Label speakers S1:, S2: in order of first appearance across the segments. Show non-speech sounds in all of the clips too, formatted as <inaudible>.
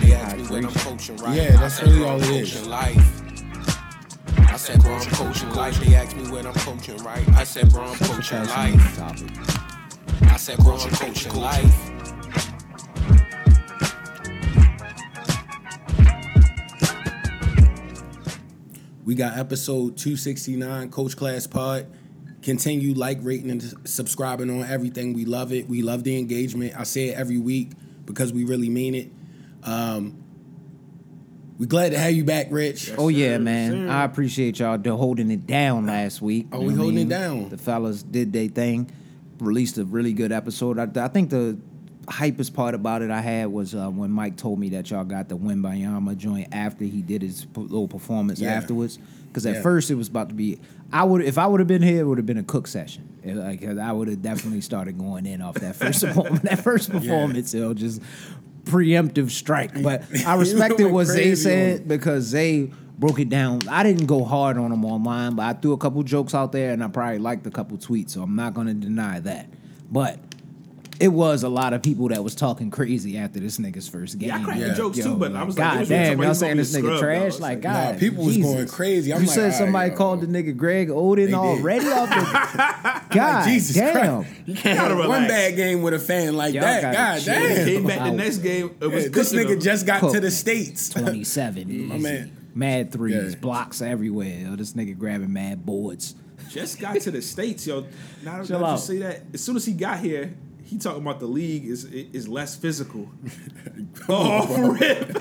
S1: really what I'm coaching, right?
S2: Yeah, that's
S1: I said,
S2: really
S1: bro,
S2: all
S1: I'm
S2: it is.
S1: coaching Life. I said, bro, I'm coaching life. They asked me what I'm coaching, right? I said, bro, I'm coaching life. I said, bro, I'm coaching life.
S2: We got episode 269, Coach Class Pod. Continue like, rating, and subscribing on everything. We love it. We love the engagement. I say it every week because we really mean it. Um, we glad to have you back, Rich.
S3: Oh yeah,
S4: sir,
S3: man.
S4: sir.
S3: I appreciate y'all do- holding it down last week.
S2: Oh,
S3: You
S2: we
S3: know what I
S2: holding it
S3: mean?
S2: down.
S3: The fellas did their thing, released a really good episode. I, I think the hypest part about it I had was uh, when Mike told me that y'all got the Wimbayama joint after he did his p- little performance
S2: Yeah.
S3: afterwards. Because at
S2: Yeah.
S3: first it was about to be, I would if I would have been here, it would have been a cook session. It- like I would have definitely started going in off that first <laughs> performance. That first performance, it'll just preemptive
S2: <laughs>
S3: strike. But I respected
S2: went
S3: what Zay
S2: crazy on
S3: said
S2: it.
S3: because Zay broke it down. I didn't go hard on him online, but I threw a couple jokes out there and I probably liked a couple tweets, so I'm not gonna deny that. But it was a lot of people that was talking crazy after this nigga's first game.
S4: Yeah, I cracked
S2: the
S4: jokes too, but I was like,
S3: God
S4: it was when
S3: damn,
S4: somebody
S3: y'all
S4: was
S3: saying
S4: gonna be
S3: this nigga
S4: scrubbed, though.
S3: trash?
S4: It's
S3: Like,
S4: like,
S2: nah,
S3: God,
S2: people was
S3: Jesus.
S2: going crazy. I'm
S3: you
S2: like,
S3: said
S2: alright,
S3: somebody
S2: yo.
S3: called the nigga Greg Oden
S2: did.
S3: already off
S2: <laughs>
S3: the God
S2: Jesus
S3: damn.
S2: Christ.
S4: You gotta relax.
S2: One bad game with a fan like
S3: Y'all
S2: that.
S3: gotta
S2: God
S3: chill.
S2: damn.
S4: Came back the
S3: Wow.
S4: next game. It was
S2: Yeah, this
S4: cooking
S2: nigga
S4: them.
S2: just got to
S3: Cook.
S2: the states. <laughs>
S3: 27. easy.
S2: man.
S3: Mad threes,
S2: Yeah.
S3: blocks everywhere. Oh, this nigga grabbing mad boards.
S4: just got to the states, yo. Now that
S3: Chill
S4: you
S3: out.
S4: say that, as soon as he got here, he talking about the league is is
S2: <laughs>
S4: less physical. oh, for rip.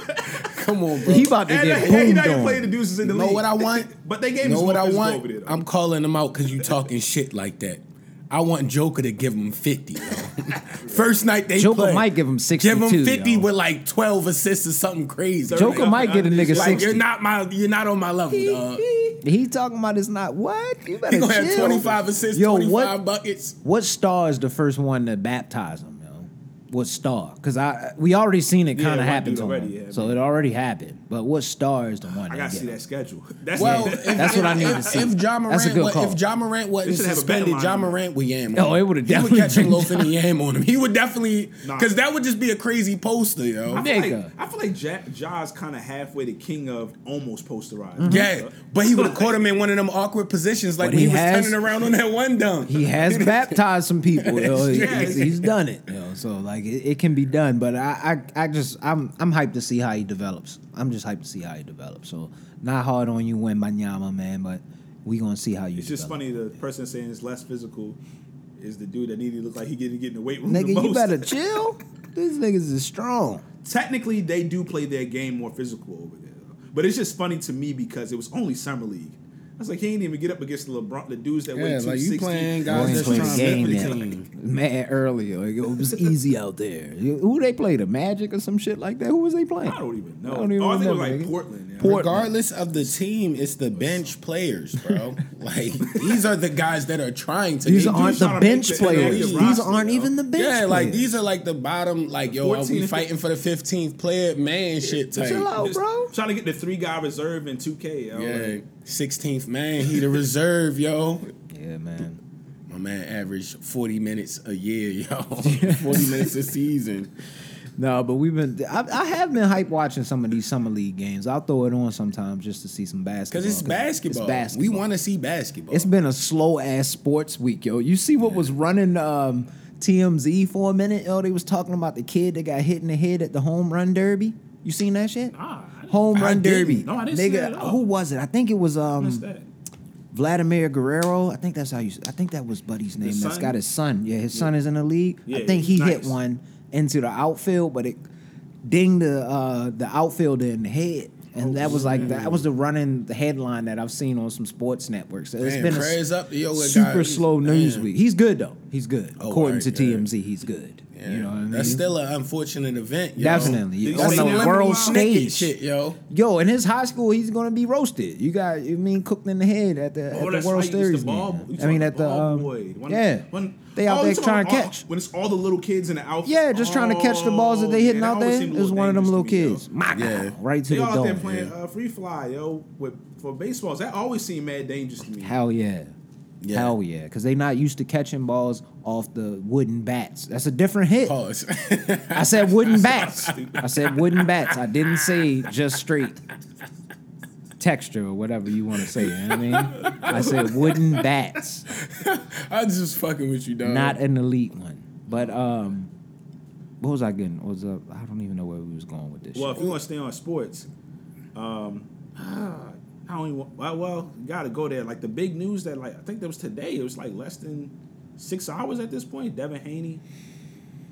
S2: Come on, bro.
S3: He about to
S4: And
S3: get
S4: yeah, he
S3: boomed
S4: not even
S3: on.
S4: playing the deuces in the
S2: know
S4: league.
S2: what I want?
S4: <laughs> But they gave him
S2: know
S4: some
S2: what
S4: more
S2: I
S4: physical
S2: want?
S4: over there, though.
S2: I'm calling him out because you talking shit like that. I want Joker to give him 50.
S4: <laughs>
S2: yo. First night they
S3: Joker
S2: play,
S3: might give him
S2: Give
S3: 62,
S2: him 50
S3: yo.
S2: with like 12 assists or something crazy.
S3: Joker
S4: Like,
S3: might get a nigga
S2: like
S3: 60.
S2: you're not my you're not on my level, dog.
S3: He talking about it's not what? You better
S2: He gonna have
S3: chill.
S2: 25 assists,
S3: Yo,
S2: 25
S3: what-
S2: buckets.
S3: What star is the first one to baptize him, yo? What star? Because I we already seen it
S4: Yeah,
S3: kind of
S4: one
S3: happens
S4: dude
S3: on
S4: already,
S3: him.
S4: yeah,
S3: so it already happened. But what star is the one that
S4: I gotta see
S3: get
S4: that schedule. <laughs> That's
S2: Well, eh,
S4: it.
S2: if,
S3: That's
S2: if-
S3: what I need
S2: if,
S3: to see.
S2: If John Morant,
S3: That's a good
S2: wa-
S3: call.
S2: if John Morant wasn't
S4: They should have a
S2: suspended,
S4: better
S2: John
S4: lineup.
S2: Morant would yam.
S3: Oh,
S2: on him.
S3: it would've
S2: He would catch a
S3: definitely
S2: loaf
S3: been
S2: and a yam on him. He would definitely
S4: Nah.
S2: because that would just be a crazy poster, yo.
S4: I feel
S3: Nigga.
S4: like, I feel like ja, Ja's kind of halfway the king of almost posterized.
S2: Mm-hmm. Yeah, but he would
S4: <laughs>
S2: have caught him in one of them awkward positions, like
S3: But
S2: when he,
S3: he
S2: was
S3: has-
S2: turning around on that one dunk. <laughs>
S3: He has baptized some people. yo. He-
S4: Yes.
S3: he's done it. yo. So like it, it can be done. But I, I I just I'm I'm hyped to see how he develops. I'm just hyped to see how he develops. So not hard on you when Banyama, man, but we gonna see how you
S4: It's just
S3: develop.
S4: funny the person saying it's less physical is the dude that needed to look like he didn't get in the weight room. the
S3: Nigga, you
S4: most.
S3: better
S4: <laughs>
S3: chill. These niggas is strong.
S4: Technically, they do play their game more physical over there, though. but it's just funny to me because it was only summer league. I was like, he ain't even get up against the LeBron, the dudes that weigh
S2: Yeah,
S4: two
S2: like you
S4: sixty.
S2: playing
S3: I
S2: guys
S3: ain't
S2: that's
S3: playing
S2: trying
S3: the
S2: to make the
S3: game
S2: team.
S3: now. Mad earlier. Like, it was easy out there. You- Who they played? The Magic or some shit like that? Who was they playing?
S4: I don't even know.
S3: I don't even
S4: oh, I think it was
S3: remember,
S4: like
S3: nigga.
S4: Portland. yeah.
S2: Regardless of the team, it's the bench players, <laughs> bro. like these are the guys that are trying to.
S3: These
S2: they do
S3: aren't
S2: something.
S3: the
S4: trying to
S3: bench
S4: make the
S3: players.
S2: NBA
S3: These
S4: roster,
S3: aren't
S4: yo.
S3: even the bench
S2: Yeah, like
S3: players.
S2: these are like the bottom. Like yo, are
S4: 14
S2: we
S4: and
S2: fighting for the 15th player? Man, shit type.
S3: Chill out,
S4: Just
S3: Oh, bro.
S4: Trying to get the three guy reserve in two K.
S2: Yeah, 16th man. He the reserve, yo.
S3: Yeah, man.
S2: My man averaged 40 minutes a year,
S3: <laughs>
S2: yo. 40 minutes a season.
S3: No, but we've been. I, I have been hype watching some of these summer league games. I'll throw it on sometimes just to see some basketball.
S2: Because it's basketball.
S3: It's basketball.
S2: We want to see basketball.
S3: It's been a slow ass sports week, yo. You see what was running um, TMZ for a minute? Oh, they was talking about the kid that got hit in the head at the home run derby. You seen that shit?
S4: Nah, ah, I didn't-
S3: home
S2: I
S3: run
S2: didn't.
S3: derby.
S4: No, I didn't see
S3: Nigga,
S4: that at all.
S3: Who was it? I think it was
S4: What's
S3: um,
S4: that?
S3: Vladimir Guerrero. I think that's how you. I think that was Buddy's name. That's
S4: son?
S3: got his son. Yeah, his son is in the league.
S4: Yeah,
S3: I think he hit
S4: nice.
S3: one into the outfield, but it dinged the uh, the outfielder in the head. And that was like that was the running headline that I've seen on some sports networks. So It's
S2: Man,
S3: been a
S2: prayers up to your guy.
S3: super slow news
S2: Man.
S3: week. He's good though. He's good.
S2: Oh,
S3: According
S2: alright,
S3: to
S2: good.
S3: TMZ, he's good.
S2: Yeah.
S3: You know what I mean?
S2: That's still an unfortunate event, yo.
S3: Definitely.
S2: These
S4: On the
S2: celebrity
S3: world
S2: snicket
S3: stage.
S2: Shit, yo.
S3: Yo, in his high school, he's gonna be roasted. You got, I mean, cooked in the head at the,
S4: Oh,
S3: at
S4: that's
S3: the World
S4: right.
S3: Series.
S4: It's the ball,
S3: game.
S4: you
S3: I mean,
S4: talking
S3: at the
S4: ball
S3: um,
S4: boy. When-
S3: yeah,
S4: when
S3: they out
S4: oh, you
S3: there
S4: talking
S3: trying to
S4: about all-
S3: catch.
S4: When it's all the little kids in the outfit.
S3: Yeah, just trying to catch the balls that they
S4: Oh,
S3: hitting
S4: yeah,
S3: out
S4: always
S3: there. It
S4: seemed a
S3: was one of them little
S4: dangerous to me,
S3: kids.
S4: yo.
S3: My
S2: Yeah.
S3: God, right to
S4: They
S3: the
S4: all out there
S3: dome.
S4: playing uh, free fly, yo. With for baseballs, that always seemed mad dangerous to me.
S3: Hell yeah.
S2: Yeah.
S3: Hell yeah, because they not used to catching balls off the wooden bats. That's a different hit.
S2: Pause. <laughs>
S3: I said wooden bats. I said wooden bats. I didn't say just straight texture or whatever you want to say. You know what I mean, I said wooden bats,
S2: I was just fucking with you, dog.
S3: not an elite one. But um, what was I getting? What was up? I don't even know where we was going with this.
S4: Well,
S3: shit.
S4: if we want to stay on sports, um, ah, I don't even. wa- Well, well, gotta go there. Like the big news that, like, I think that was today. It was like less than six hours at this point. Devin Haney,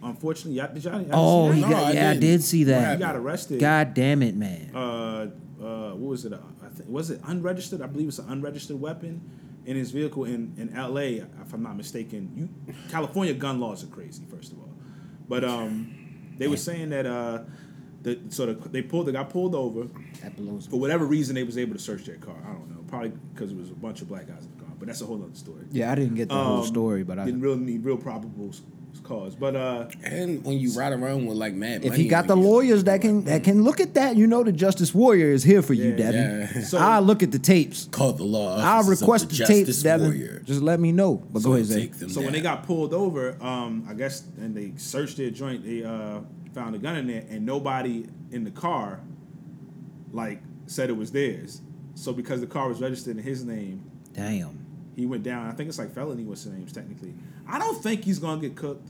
S4: unfortunately, y'all, did y'all? y'all see
S3: Oh,
S4: that?
S3: he
S2: No,
S3: got,
S2: I
S3: yeah, I
S2: didn't.
S3: did see
S2: What Oh.
S3: that.
S4: he got arrested.
S3: God damn it, man.
S4: uh, uh, what was it? Uh, I think was it unregistered? I believe it's an unregistered weapon in his vehicle in in L.A. If I'm not mistaken, you California gun laws are crazy. First of all, but um, they were saying that uh, the so the, they pulled they got pulled over
S3: that blows
S4: for whatever reason they was able to search their car. I don't know, probably because it was a bunch of black guys in the car. But that's a whole other story.
S3: Yeah, I didn't get the whole
S4: Um,
S3: story, but I,
S4: Didn't really need real probable s- cause, but uh,
S2: And when you ride around with like mad,
S3: if
S2: money
S3: he got
S2: on
S3: the
S2: you,
S3: lawyers that can that can look at that, you know the Justice Warrior is here for you,
S4: Yeah,
S3: Devin.
S2: yeah.
S3: <laughs>
S4: So-
S3: I'll look at the tapes.
S2: call the law.
S3: I'll
S2: offices of
S3: request the, tapes,
S2: Justice
S3: Devin.
S2: Warrior.
S3: Just let me know. But go ahead, Zay.
S2: Take them
S4: So when they
S2: down.
S4: got pulled over, um, I guess, and they searched their joint, they uh, found a gun in there, and nobody in the car, like, said it was theirs. So because the car was registered in his name,
S3: Damn.
S4: he went down. I think it's like felony. What's the names technically? I don't think he's gonna get cooked.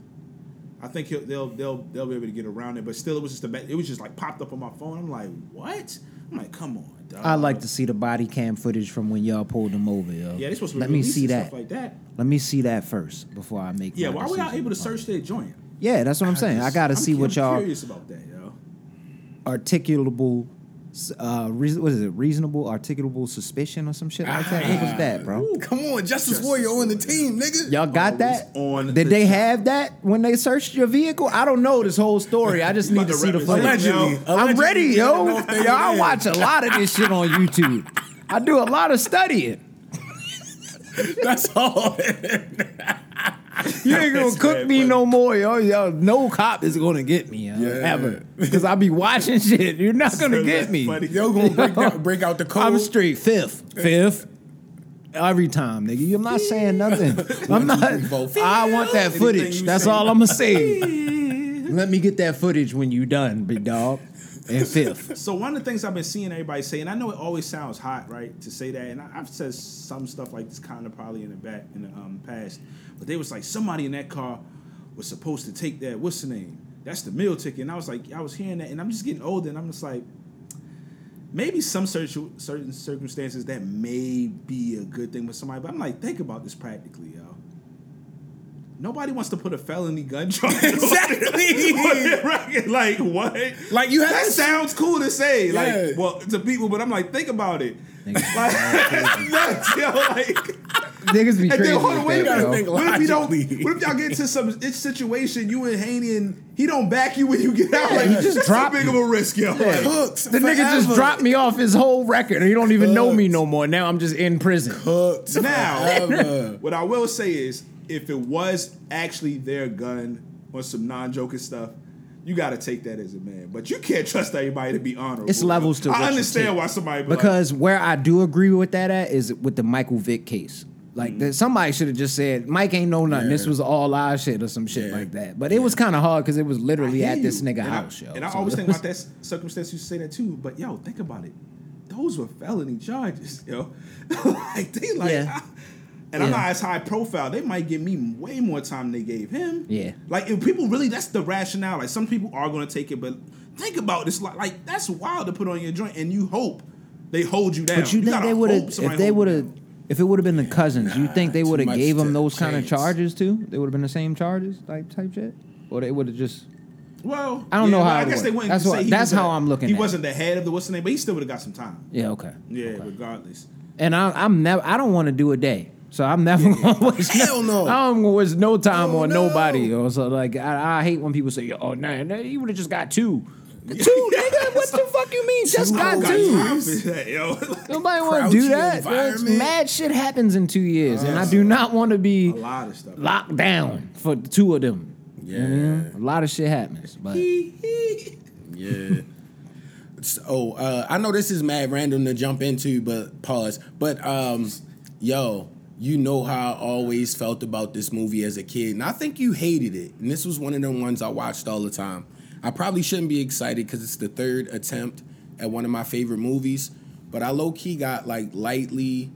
S4: I think he'll, they'll they'll they'll be able to get around it. But still, it was just a ba- it was just like popped up on my phone. I'm like, what? I'm like, come on. Dog.
S3: I'd like to see the body cam footage from when y'all pulled him over, yo.
S4: Yeah, they supposed to
S3: Let me
S4: release
S3: see
S4: and
S3: that.
S4: stuff like that.
S3: Let me see that first before I make.
S4: Yeah,
S3: my
S4: why were y'all
S3: decision.
S4: able to search their joint?
S3: Yeah, that's what I'm saying. I gotta
S4: I'm-
S3: see what
S4: I'm
S3: y'all
S4: Curious about that, yo.
S3: articulable, uh, reason, what is it? Reasonable articulable suspicion or some shit like that. What was that, bro?
S2: Come on, Justice, Warrior on the team, nigga. <laughs>
S3: Y'all got
S4: Always
S3: that?
S4: on the
S3: Did they
S4: job.
S3: have that when they searched your vehicle? I don't know this whole story. I just need to
S4: about to
S3: see the
S4: represent
S3: footage.
S2: Allegedly.
S4: Yo,
S3: I'm
S2: Allegedly,
S3: ready,
S2: we
S3: yo.
S2: don't know if they
S3: Yo, I
S2: did.
S3: watch a lot of this shit on YouTube. I do a lot of studying.
S2: That's
S3: <laughs>
S2: all.
S3: You ain't gonna
S4: That's
S3: cook
S4: mad
S3: me
S4: funny.
S3: no more, yo. Yo, no cop is gonna get me, yo,
S2: Yeah.
S3: ever. Because I be watching <laughs> shit. You're not gonna get me.
S4: Funny.
S2: Yo, gonna break, out, break out the code.
S3: I'm straight fifth, fifth. Every time, nigga. I'm not saying nothing.
S4: <laughs>
S2: One,
S3: I'm not.
S2: two, three, four, five.
S3: I want that
S4: Anything
S3: footage.
S4: you
S3: That's
S4: say.
S3: all I'm gonna
S4: <laughs>
S3: say. Let me get that footage when you done, big dog. And fifth.
S4: So one of the things I've been seeing everybody say, and I know it always sounds hot, right, to say that, and I- I've said some stuff like this kind of probably in the back in the um, past, but they was like somebody in that car was supposed to take that what's the name? That's the meal ticket, and I was like, I was hearing that, and I'm just getting older, and I'm just like, maybe some certain certain circumstances that may be a good thing with somebody, but I'm like, think about this practically, yo. Nobody wants to put a felony gun <laughs> charge. on
S2: Exactly.
S4: <laughs> their record. like what?
S2: like you have
S4: that
S2: to
S4: sounds cool to say,
S2: Yeah.
S4: like, well, to people, but I'm like, think about it.
S3: Niggas-
S4: Like, <laughs> that's nuts, yo. Like,
S3: Niggas be
S4: <laughs> and
S3: crazy.
S4: then hold
S3: with
S4: on, wait a
S3: that,
S2: gotta
S3: yo.
S2: think
S4: minute. What if you don't?
S2: logically.
S4: What if y'all get into some itch situation? You and Haney, and he don't back you when you get out.
S3: Yeah,
S4: Like,
S3: he just
S4: that's
S3: dropped
S4: too big
S3: you.
S4: of a risk, yo.
S3: Yeah.
S4: Like,
S2: Cooks
S3: The nigga just
S2: forever.
S3: dropped me off his whole record, and he don't even know me no more. Now I'm just in prison. <laughs>
S2: hooked.
S4: Now-
S2: <laughs> forever.
S4: what I will say is, if it was actually their gun or some non-joking stuff. You gotta take that as a man, but you can't trust everybody to be honorable.
S3: It's levels to
S4: I
S3: what you
S4: understand
S3: take.
S4: why somebody be like,
S3: Because where I do agree with that at is with the Michael Vick case. Like
S4: Mm.
S3: that, somebody should have just said Mike ain't know nothing. This
S2: Yeah.
S3: was all our shit or some shit
S2: Yeah.
S3: like that. But it was kind of hard because it was literally
S4: hear
S3: at this
S4: you.
S3: nigga
S4: and
S3: house,
S4: I,
S3: yo.
S4: And I
S3: So
S4: always
S3: it
S4: think
S3: was-
S4: about that s- circumstance. You say that too, but yo, think about it. Those were felony charges, <laughs> yo. like they like,
S3: Yeah.
S4: I- and I'm
S3: Yeah.
S4: not as high profile. They might give me way more time than they gave him.
S3: Yeah.
S4: Like if people really, that's the rationale. Like some people are gonna take it, but think about this. Like, like that's wild to put on your joint, and you hope they hold you down.
S3: <laughs> But you think
S4: gotta
S3: they would
S4: hope
S3: have
S4: somebody
S3: if they
S4: hold you
S3: would have
S4: down.
S3: if it would have been the cousins? you think they
S2: too
S3: would have
S2: much
S3: gave
S2: to
S3: them those kind of
S2: chance.
S3: charges too? They would have been the same charges, like type shit, or they would have just.
S4: Well,
S3: I don't know
S4: well,
S3: how
S4: I
S3: it
S4: guess they
S3: worked.
S4: wouldn't.
S3: That's
S4: say
S3: what-
S4: he
S3: that's
S4: was
S3: how
S4: a-
S3: I'm looking
S4: He
S3: at it.
S4: wasn't the head of the what's the name, but he still would have got some time.
S3: Yeah. Okay.
S4: Yeah, regardless.
S3: And I, I'm never. I don't want to do a day. So I'm never gonna waste.
S2: <laughs> Hell no.
S3: I don't gonna waste no time
S2: Oh,
S3: on
S2: no.
S3: nobody. Or so like I, I hate when people say, "Oh, nah, nah you would have just
S2: <laughs>
S3: got two. Two, nigga. What the fuck you mean? Just
S2: Two
S3: got
S2: whole
S3: two.
S2: guys.
S4: Time for that, <laughs> yo.
S3: Nobody want to
S2: Crouchy
S3: do that. That's-
S2: environment. Uh,
S3: Mad shit happens in two years, and I do not want to be
S4: a lot of stuff.
S3: locked down for the two of them. You know?
S2: Yeah.
S3: A lot of shit happens, but
S2: Yeah. So, oh, uh, I know this is mad random to jump into, but pause. But um, yo, you know how I always felt about this movie as a kid, and I think you hated it. And this was one of them ones I watched all the time. I probably shouldn't be excited because it's the third attempt at one of my favorite movies, but I low key got like lightly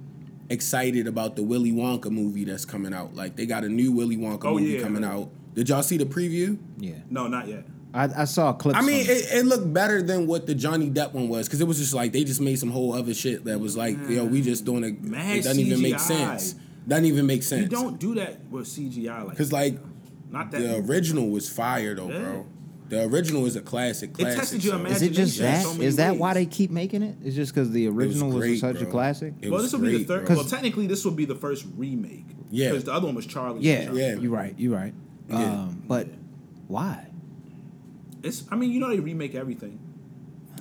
S2: excited about the Willy Wonka movie that's coming out. Like they got a new Willy Wonka
S4: Oh,
S2: movie
S4: yeah.
S2: coming out. Did y'all see the preview?
S3: Yeah,
S4: <laughs> No, not yet.
S3: I, I saw clips.
S2: I mean,
S3: from it.
S2: it, it looked better than what the Johnny Depp one was because it was just like they just made some whole other shit that was like, yo, we just doing a.
S4: Mm. Mad
S2: it doesn't even make
S4: CGI.
S2: sense. Doesn't even make sense.
S4: You don't do that with CGI like
S2: Cause like
S4: not that.
S2: the original was fire though, bro. The original is a classic.
S4: tested
S2: Classic.
S4: your
S2: so
S4: imagination.
S3: is it just
S4: imagination in
S3: that?
S4: so many
S3: Is that
S4: ways.
S3: why they keep making it? It's just because the
S2: it was
S3: original was,
S2: great,
S3: such a
S2: bro.
S3: classic.
S2: It
S4: well,
S2: was
S4: this will be the
S2: great,
S4: third.
S2: bro.
S4: Well, technically, this will be the first remake.
S2: Yeah.
S4: because the other one was Charlie.
S3: Yeah,
S4: Charlie.
S2: Yeah.
S3: you're right. You're right.
S2: Yeah.
S3: Um, but why?
S4: It's. I mean, you know, they remake everything,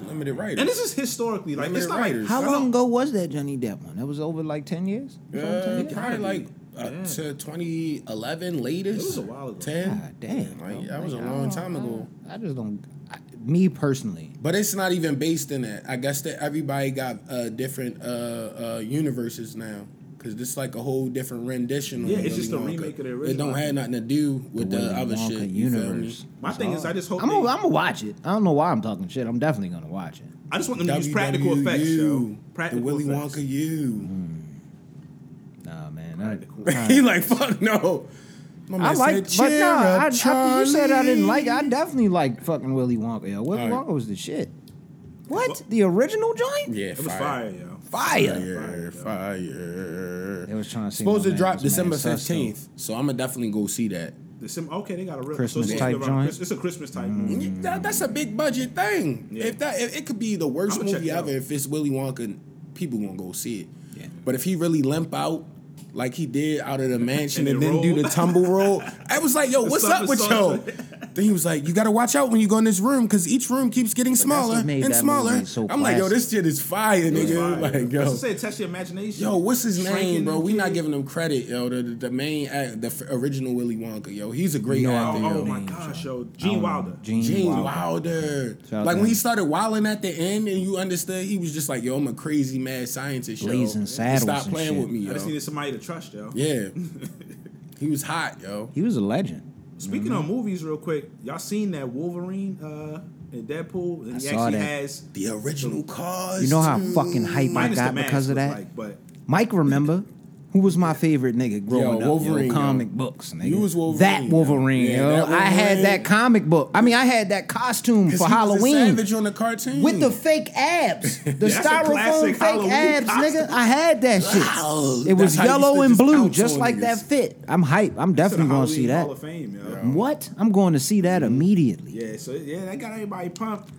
S2: limited writers.
S4: and this is historically like
S2: Limited
S4: it's not
S2: writers.
S4: like
S3: How
S4: I
S3: long
S4: know-
S3: ago was that Johnny Depp one? That was over like ten years.
S2: uh,
S4: gotta
S2: probably
S4: be.
S2: like up
S4: Yeah.
S2: to 2011 latest.
S4: It was a while ago.
S2: Ten.
S3: God damn,
S2: Like,
S3: bro.
S2: that was a
S3: Like, I
S2: long
S3: don't-
S2: time
S3: I
S2: ago.
S3: don't- I just don't. I, me personally,
S2: But it's not even based in that. I guess that everybody got uh, different uh, uh, universes now. Cause this like a whole different rendition. on
S4: Yeah, it's
S2: Willy
S4: just a
S2: Wonka.
S4: remake of the
S2: It
S4: original.
S2: don't have nothing to do with the,
S3: Willy
S2: other
S3: Wonka
S2: shit. You feel me?
S3: universe.
S4: My thing is, I just hope
S3: I'm
S4: they-
S3: gonna, I'm gonna watch it. I don't know why I'm talking shit. I'm definitely gonna watch it.
S4: I just want them to use practical
S2: WWU,
S4: effects, yo.
S2: the
S4: Practical
S2: Willy
S4: effects.
S2: Wonka U.
S3: Mm.
S2: <laughs>
S3: Nah, man.
S4: Alright, cool.
S3: I,
S2: he like fuck no. My
S3: I
S2: man
S3: like,
S2: said,
S3: but
S2: "Cheer
S3: nah, I,
S2: up,
S3: I, you said I didn't like. it. I
S2: Charlie."
S3: definitely like fucking Willy Wonka. Yo, Willy
S2: Alright.
S3: Wonka was the shit. What the original joint?
S2: Yeah,
S4: It was fire, yo.
S2: Fire,
S3: Fire.
S2: fire.
S3: They was trying to see
S2: Supposed
S3: my
S2: to
S3: man
S2: drop
S3: was mad
S2: December
S3: sus, though.
S2: fifteenth, so I'm gonna definitely go see that.
S4: The sim- okay, they got a real
S3: Christmas
S4: it's
S3: type
S4: around-
S3: joint.
S4: It's, it's a Christmas type.
S2: Mm.
S4: movie.
S2: <laughs> That- that's a big budget thing.
S4: Mm. Yeah.
S2: If that if it could be the worst
S4: I'ma check
S2: movie
S4: it out.
S2: ever, if it's Willy Wonka, people gonna go see it.
S3: Yeah.
S2: But if he really limp out. Like he did out
S4: <laughs>
S2: of the mansion and,
S4: And
S2: then
S4: then
S2: do
S4: roll.
S2: the tumble roll. I was like, yo, what's up
S4: stuff
S2: with
S4: is <laughs>
S2: yo?
S4: so-
S2: Then he was like, you gotta watch out when you go in this room because each room keeps getting
S3: what
S2: smaller
S3: made
S2: and
S3: that
S2: smaller.
S3: movie so
S2: I'm like, yo,
S3: classic.
S2: this shit is fire,
S4: It was
S2: nigga.
S4: fire.
S2: Like,
S4: That's
S2: yo.
S4: what I said, test your imagination.
S2: Yo, what's his name,
S4: Shrinking
S2: bro?
S4: the
S2: We not
S4: kid.
S2: giving him credit, yo. The the, the main act, the f- original Willy Wonka, yo. He's a great
S3: No,
S2: actor,
S4: Oh,
S2: yo.
S4: oh my gosh, yo, Gene Wilder.
S3: Gene,
S2: Gene
S3: Wilder.
S2: Wilder.
S3: Shout out
S2: Like
S3: to
S2: when he
S3: him.
S2: started wilding at the end, and you understood, he was just like, "Yo, I'm a crazy mad scientist, yo.
S3: Blazing saddles
S2: Stop
S3: and
S2: playing
S3: shit.
S2: with me,
S4: I just
S2: yo."
S4: needed somebody to trust, yo.
S2: Yeah,
S4: <laughs>
S2: he was hot, yo.
S3: He was a legend.
S4: Speaking of
S3: Mm-hmm.
S4: movies, real quick, y'all seen that Wolverine uh, in Deadpool? And he
S3: saw
S4: actually
S3: that.
S4: has
S2: The original cause.
S3: You know how
S2: too.
S3: fucking hype I
S4: minus the
S3: got
S4: mask,
S3: because of
S4: but,
S3: that.
S4: Like, but
S3: Mike, remember? Who was my favorite nigga growing up?
S2: Wolverine,
S3: Wolverine,
S2: yo.
S3: comic books, nigga.
S2: You was Wolverine,
S3: That
S2: yo.
S3: Wolverine,
S2: Yeah,
S3: yo.
S2: that
S3: I had
S2: Wolverine.
S3: that comic book. I mean, I had that costume
S2: 'Cause
S3: for
S2: he was a
S3: Halloween
S2: savage on the cartoon
S3: with the fake abs,
S4: <laughs>
S3: the
S4: That's a
S3: styrofoam
S4: classic
S3: fake
S4: Halloween
S3: abs,
S4: costume.
S3: nigga. I had that shit.
S2: Wow.
S3: It was
S2: That's how you used
S3: yellow
S2: to
S3: and
S2: just
S3: blue,
S2: pounce
S3: just
S2: on
S3: like that
S2: niggas.
S3: fit. I'm hype. I'm
S4: it's in the
S3: definitely going to
S4: Halloween
S3: see that.
S4: Hall of Fame, yo.
S3: What? I'm going to see that immediately.
S4: Yeah, so yeah, that got everybody pumped.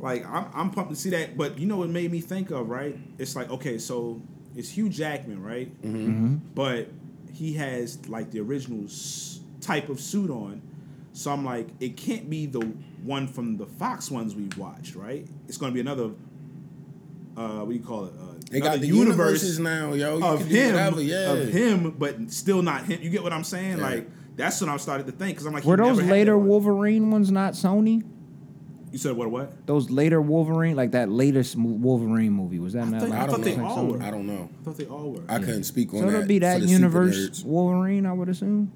S4: Like I'm, I'm pumped to see that. But you know what made me think of right? It's like okay, so it's Hugh Jackman, right?
S2: Mm-hmm.
S3: Mm-hmm.
S4: But he has like the original s- type of suit on. So I'm like, it can't be the one from the Fox ones we've watched, right? It's going to be another. Uh, what do you call it? Uh,
S2: They got
S4: another
S2: the universes now, yo. You
S4: of
S2: can do
S4: him,
S2: whatever, yeah.
S4: of him, but still not him. You get what I'm saying?
S2: Yeah.
S4: Like that's what I'm started to think because I'm like, he
S3: Were those
S4: never had that
S3: later
S4: one.
S3: Wolverine ones not Sony?
S4: You said what? What?
S3: Those later Wolverine, like that latest mo- Wolverine movie, was that not?
S4: thought-
S3: like-
S2: I
S4: I
S2: don't
S4: thought they
S2: know.
S4: all were.
S2: I don't know.
S4: I thought they all were.
S2: I couldn't speak on
S3: So
S2: that.
S3: it'll be that
S2: for the super
S3: universe
S2: nerds.
S3: Wolverine, I would assume.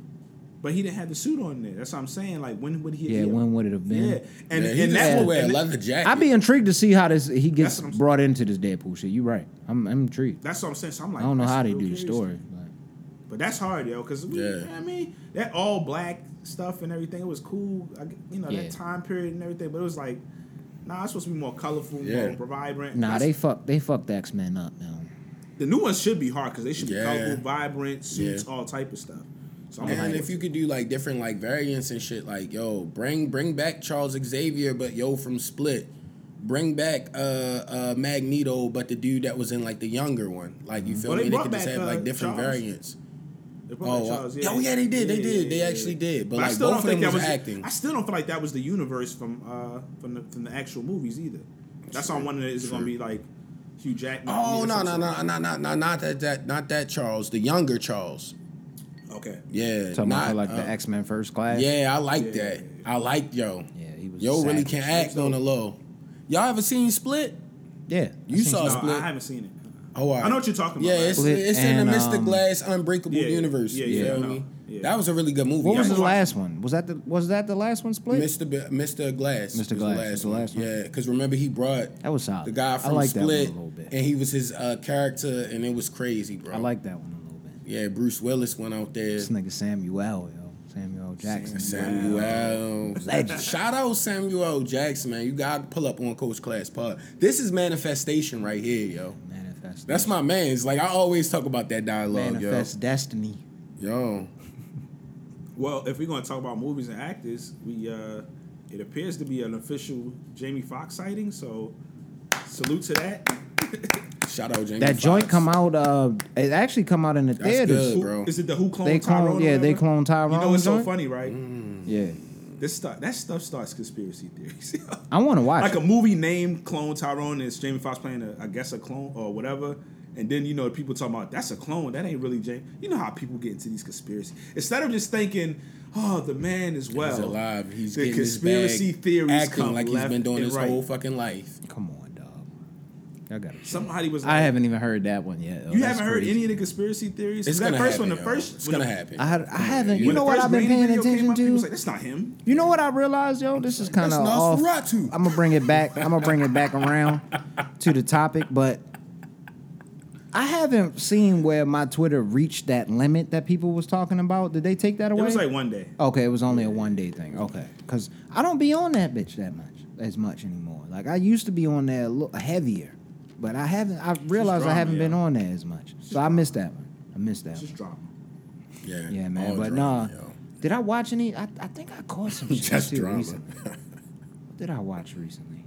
S4: But he didn't have the suit on there. That's what I'm saying. Like when would he?
S3: Yeah, when would it have been?
S4: Yeah, and
S2: yeah, he just
S4: and that's
S2: gonna
S4: what
S2: wear a
S4: and
S2: leather jacket.
S3: I'd be intrigued to see how this he gets
S4: what I'm-
S3: brought into this Deadpool shit. You right. I'm, I'm intrigued.
S4: That's what I'm saying. So I'm
S3: I
S4: like,
S3: don't know
S4: that's
S3: how they
S4: real
S3: do the
S4: curious.
S3: story. Like,
S4: but that's hard, yo. Because
S2: Yeah.
S4: I mean, that all black stuff and everything, it was cool. I g you know,
S3: Yeah.
S4: that time period and everything. But it was like, nah, it's supposed to be more colorful,
S2: Yeah.
S4: more vibrant.
S3: nah,
S4: That's-
S3: they fuck they fucked X Men up now.
S4: the new ones should be hard because they should
S2: Yeah.
S4: be colorful, vibrant suits,
S2: Yeah.
S4: all type of stuff. So I'm
S2: And
S4: like,
S2: if you could do like different like variants and shit, like yo, bring bring back Charles Xavier, but yo from Split, bring back uh uh Magneto, but the dude that was in like the younger one, like you feel
S4: Well, Mm-hmm. they
S2: me? They
S4: brought
S2: could just
S4: back,
S2: have like
S4: uh,
S2: different
S4: Charles.
S2: variants.
S4: they brought
S2: Oh,
S4: back
S2: uh,
S4: Charles,
S2: oh yeah, they did, they did, they actually did. But,
S4: I
S2: like
S4: still
S2: both of
S4: don't
S2: them
S4: think
S2: was,
S4: that
S2: acting.
S4: I still don't feel like that was the universe from uh from the from the actual movies either. That's why I'm wondering is it gonna be like Hugh Jackman?
S2: Oh
S4: or
S2: no no
S4: something?
S2: no no no no not that that not that Charles, the younger Charles.
S4: Okay.
S2: Yeah,
S3: Talking
S2: not,
S3: about like
S2: uh,
S3: the X Men First Class.
S2: Yeah, I like that.
S4: yeah,
S2: I like yo.
S3: Yeah, he was
S2: Yo really
S3: savage.
S2: can act on the low. Y'all ever seen Split?
S3: yeah. I
S2: You
S3: seen
S2: saw
S4: No,
S2: Split.
S4: I haven't seen it.
S2: Oh, all right.
S4: I know what you're talking
S2: Yeah,
S4: about.
S2: it's,
S4: right?
S3: Split
S2: it's in
S3: and,
S2: the Mr.
S3: um,
S2: Glass Unbreakable
S4: yeah, yeah,
S2: universe.
S4: yeah,
S2: you
S4: yeah,
S2: feel
S4: no,
S2: me?
S4: yeah.
S2: That was a really good movie.
S3: What was
S2: I
S3: the
S2: watched
S3: last one? Was that the was that the last one? Split.
S2: Mr. B- Mr. Glass. was the
S3: Glass was the
S2: one.
S3: last one.
S2: Yeah, because remember he brought
S3: That was solid.
S2: the guy
S3: I
S2: from
S3: like that one a
S2: Split,
S3: little bit.
S2: and he was his uh, character, and it was crazy, bro.
S3: I like that one a little bit.
S2: Yeah, Bruce Willis went out there.
S3: This nigga Samuel, yo, Samuel Jackson.
S2: Samuel.
S3: Legend.
S2: Shout out Samuel Jackson, man. You got to pull up on Coach Class Pod. This is manifestation right here, yo.
S3: Manifest.
S2: That's my man's. Like I always talk about that dialogue,
S3: manifest destiny.
S2: yo. Yo.
S4: Well, if we're going to talk about movies and actors, we uh, it appears to be an official Jamie Foxx sighting. So salute to that.
S2: Shout out Jamie.
S3: That joint
S2: Foxx.
S3: come out. Uh, it actually come out in the
S2: That's
S3: theaters.
S2: good.
S4: Who-
S2: bro.
S4: Is it the Who cloned
S3: They
S4: Tyrone?
S3: clone,
S4: or
S3: yeah, they
S4: whatever?
S3: clone Tyrone.
S4: You know what's so
S3: joint?
S4: funny, right?
S2: Mm.
S3: Yeah,
S4: This stuff that stuff starts conspiracy theories. <laughs>
S3: I want to watch.
S4: like a
S3: it.
S4: movie named Clone Tyrone, and it's Jamie Foxx playing, a, I guess, a clone or whatever. And then you know people talking about that's a clone. That ain't really Jamie. You know how people get into these conspiracies. Instead of just thinking, oh, the man is well,
S2: He's alive. He's
S4: the
S2: getting
S4: conspiracy
S2: his bag,
S4: theories
S2: acting
S4: come
S2: like he's
S4: left
S2: been doing
S4: and
S2: his
S4: right.
S2: whole fucking life.
S3: Come on, dog. I got it.
S4: Somebody was. Like,
S3: I haven't even heard that one yet.
S4: You haven't heard any of the conspiracy theories.
S2: It's
S4: 'Cause that
S2: gonna
S4: first
S2: happen.
S4: one, the
S2: yo.
S4: first,
S2: it's
S4: when
S2: gonna
S4: the-
S2: happen.
S3: I had, I haven't. You
S4: when
S3: know
S4: the
S3: what
S4: first
S3: I've been
S4: Rainy
S3: paying
S4: video came
S3: attention
S4: out, people
S3: to?
S4: was like, that's not him.
S3: You know what I realized, yo? This is kind
S2: That's
S3: of off.
S2: Nosferatu.
S3: I'm gonna bring it back. I'm gonna bring it back around to the topic, but I haven't seen where my Twitter reached that limit that people was talking about. Did they take that away?
S4: It was like one day.
S3: okay, it was only a one day thing. Okay, because I don't be on that bitch that much as much anymore. Like I used to be on there a little heavier, but I haven't. I realized I
S4: drama,
S3: haven't been
S4: yo.
S3: on there as much, so I missed that one. I missed that.
S4: It's
S3: One.
S4: just drama.
S2: yeah,
S3: Yeah, man.
S2: all
S3: but
S2: drama,
S3: nah.
S2: yo.
S3: Did I watch any? I, I think I
S2: <laughs>
S3: caught some shit
S2: Just
S3: too
S2: drama.
S3: recently. What did I watch recently?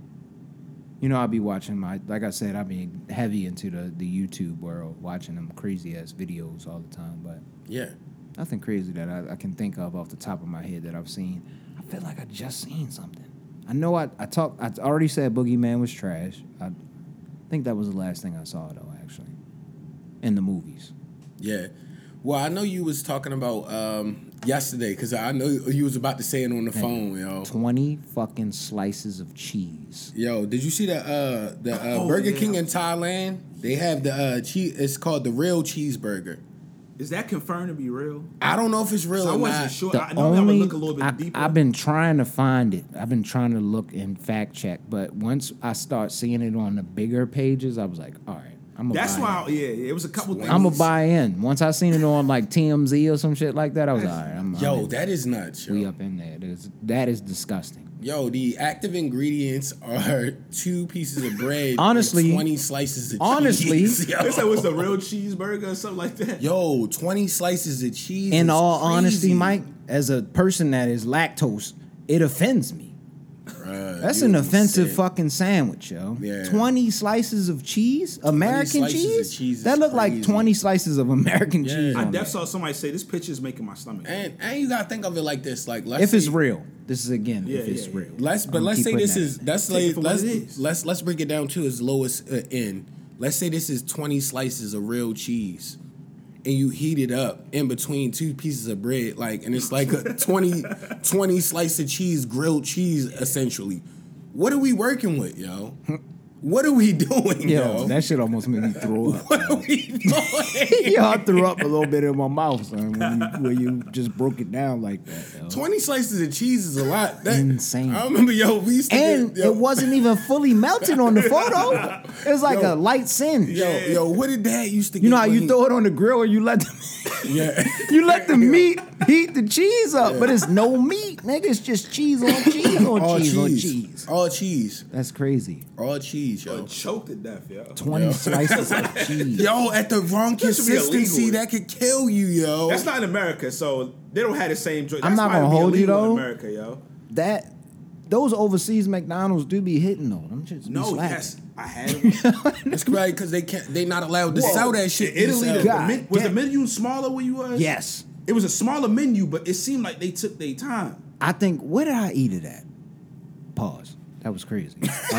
S3: You know, I'll be watching my like I said, I've been heavy into the the YouTube world, watching them crazy ass videos all the time. But
S2: Yeah,
S3: nothing crazy that I, I can think of off the top of my head that I've seen. I feel like I just seen something. I know I I talked. I already said Boogeyman was trash. I think that was the last thing I saw though, actually, in the movies.
S2: yeah. Well, I know you was talking about um, yesterday because I know you was about to say it on the phone, yo.
S3: Twenty fucking slices of cheese.
S2: Yo, did you see the uh, the uh,
S4: Oh,
S2: Burger
S4: yeah.
S2: King in Thailand? They have the uh, cheese. It's called the real cheeseburger.
S4: Is that confirmed to be real?
S2: I don't know if it's real
S4: I
S2: or
S4: wasn't
S2: not.
S4: sure.
S3: the
S4: I normally I would
S3: only
S4: look a little bit
S3: I,
S4: deeper.
S3: have been trying to find it. I've been trying to look and fact check, but once I start seeing it on the bigger pages, I was like, all right, I'm gonna.
S4: That's
S3: buy
S4: why, yeah, yeah, it was a couple things.
S3: In. I'm gonna buy in. Once I seen it on like TMZ or some shit like that, I was like, all right, I'm. I'm
S2: Yo,
S3: in.
S2: that is nuts. Yo.
S3: we up in there. That is, that is disgusting.
S2: Yo, the active ingredients are <laughs> two pieces of bread, and
S3: Honestly-
S2: twenty slices of
S3: honestly-
S2: cheese.
S4: <laughs> They said it was
S2: yo.
S4: a real cheeseburger or something like that.
S2: yo, twenty slices of cheese.
S3: In
S2: is
S3: all
S2: crazy.
S3: honesty, Mike, as a person that is lactose, it offends me.
S2: Bruh,
S3: That's
S2: you
S3: an
S2: is
S3: offensive
S2: sick.
S3: fucking sandwich, yo.
S2: Yeah.
S3: Twenty slices of cheese, American
S2: slices of
S3: cheese.
S2: cheese is
S3: that look like
S2: crazy.
S3: twenty slices of American
S2: Yeah.
S3: cheese.
S4: I
S3: on
S4: def
S3: there.
S4: saw somebody say this picture is making my stomach. ache."
S2: And and you gotta think of it like this. Like let's
S3: if it's
S2: say-
S3: real. This is again
S4: Yeah,
S3: if it's
S4: yeah, yeah.
S3: real.
S2: Let's but
S3: I'm
S2: let's
S3: keep
S2: say
S3: putting
S2: this
S3: that
S2: is
S3: in
S2: that's
S4: Take it
S2: like
S4: for what
S2: let's
S4: it is.
S2: let's let's break it down to its lowest uh, end. Let's say this is twenty slices of real cheese, and you heat it up in between two pieces of bread, like and it's like
S3: <laughs>
S2: a 20, 20 slice of cheese, grilled cheese, essentially. What are we working with, yo? What are we <laughs> doing,
S3: Yo,
S2: yo?
S3: that shit almost made me throw
S2: <laughs>
S3: up.
S2: what are we doing? <laughs>
S3: <laughs> yo, I threw up a little bit in my mouth, son, when you, when you just broke it down like that. yo.
S2: 20 slices of cheese is a lot. That,
S3: Insane.
S2: I remember, yo, we used to
S3: And
S2: get- yo,
S3: it wasn't even fully melted on the photo. It was like
S2: Yo.
S3: a light singe.
S2: Yo, yo, what did dad used to get?
S3: You know how
S2: when
S3: you
S2: he-
S3: throw it on the grill or you let the,
S2: <laughs>
S3: <laughs>
S2: Yeah.
S3: you let the meat heat the cheese up, but it's no meat, nigga. It's just cheese on cheese on cheese on cheese.
S2: All cheese.
S3: That's crazy.
S2: All cheese,
S4: I
S2: yo.
S4: choked to death, yo.
S3: Twenty slices of cheese.
S2: Yo, at the wrong
S4: That should be
S2: consistency,
S4: illegal.
S2: that could kill you, yo.
S4: That's not in America, so they don't have the same. Drink.
S3: I'm
S4: That's
S3: not
S4: probably
S3: gonna
S4: be
S3: hold you,
S4: illegal
S3: though.
S4: In America, yo.
S3: that those overseas McDonald's do be hitting though. Them shits be
S4: No,
S3: slapping.
S4: yes,
S3: <laughs>
S4: I had it.
S2: That's right because they can't. They not allowed to sell that shit.
S4: In Italy,
S2: in
S4: the,
S2: Israel.
S3: God
S4: men- was the
S3: damn.
S4: menu smaller where you was?
S3: Yes.
S4: it was a smaller menu, but it seemed like they took their time.
S3: I think where did I eat it at? Pause. That
S2: <laughs>
S3: was crazy. Uh, <laughs>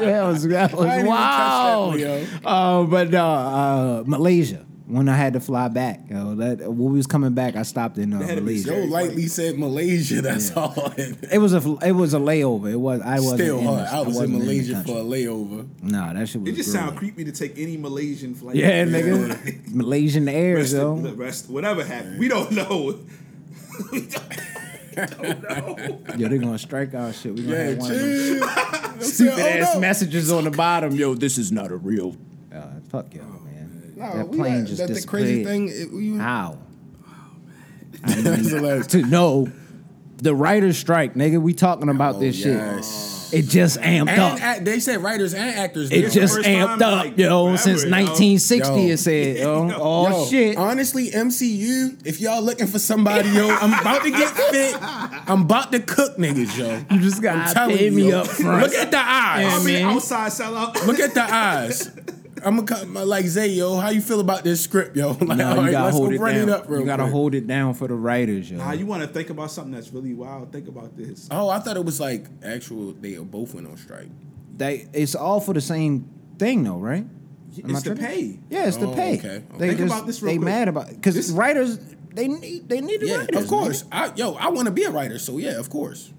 S3: that was, that was
S2: I didn't even catch that one,
S3: wild.
S2: yo.
S3: Uh, but no, uh, Malaysia. when I had to fly back, yo, that when we was coming back, I stopped in uh,
S4: had to be
S3: Malaysia.
S2: Joe lightly said Malaysia. That's all. <laughs>
S3: It was a fl- it was a layover. It was I wasn't
S2: Still
S3: in
S2: hard.
S3: the-
S2: I was in
S3: wasn't the
S2: Malaysia
S3: country.
S2: for a layover.
S3: Nah, that shit was.
S4: It just
S3: grueling.
S4: sound creepy to take any Malaysian flight.
S3: Yeah, nigga, Malaysian Air,
S4: Rest,
S3: yo.
S4: the rest, whatever happened, we don't know. we don't, don't know.
S3: Yo, they're gonna strike our shit. We gonna
S2: Yeah,
S3: have one of <laughs> them
S2: chill. <laughs>
S3: stupid
S2: Oh,
S3: ass
S2: no.
S3: messages on the bottom. Yo, this is not a real. Uh, fuck yo,
S2: Oh,
S3: man.
S2: Nah,
S3: that
S2: we
S3: plane
S2: not-
S3: just
S2: that the
S3: disappeared.
S2: crazy thing. It, we,
S3: How?
S2: <laughs> that's the last.
S3: To know the writer's strike, nigga. We talking about <laughs> this
S2: Oh, yes.
S3: shit. It just
S2: And
S3: amped up.
S2: act- they said writers and actors.
S3: it
S2: did.
S3: just
S4: first
S3: amped
S4: time,
S3: up,
S4: like,
S3: yo.
S4: forever,
S3: since
S4: yo.
S3: 1960,
S2: Yo.
S3: it said, yo.
S2: <laughs>
S3: Oh
S2: Yo,
S3: shit.
S2: Honestly, MCU, if y'all looking for somebody, yo, I'm about to get fit. I'm about to cook niggas, yo.
S3: You just gotta pay me
S2: yo.
S3: up front.
S2: Look at the
S3: Yeah,
S2: eyes.
S4: I mean,
S3: man.
S4: outside sellout.
S2: Look at the eyes. I'm gonna cut my like Zay, yo. How you feel about this script, yo? <laughs> Like,
S3: No,
S2: all
S3: you
S2: right,
S3: gotta
S2: let's
S3: hold
S2: go
S3: it
S2: run
S3: down.
S2: it up real
S3: you gotta
S2: quick.
S3: hold it down for the writers, yo.
S4: Ah, you want to think about something that's really wild? Think about this.
S2: Oh, I thought it was like actual. They both went on strike.
S3: they it's all for the same thing though, right? Am
S4: It's
S3: I
S4: the
S3: tripping?
S4: pay.
S3: Yeah, it's the
S2: Oh,
S3: pay.
S2: okay, okay.
S3: They
S4: Think
S3: just,
S4: about this real
S3: they
S4: quick.
S3: mad about because
S4: This-
S3: writers they need they need the
S2: Yeah,
S3: writers.
S2: of course. I, yo, I want to be a writer, so yeah, of course.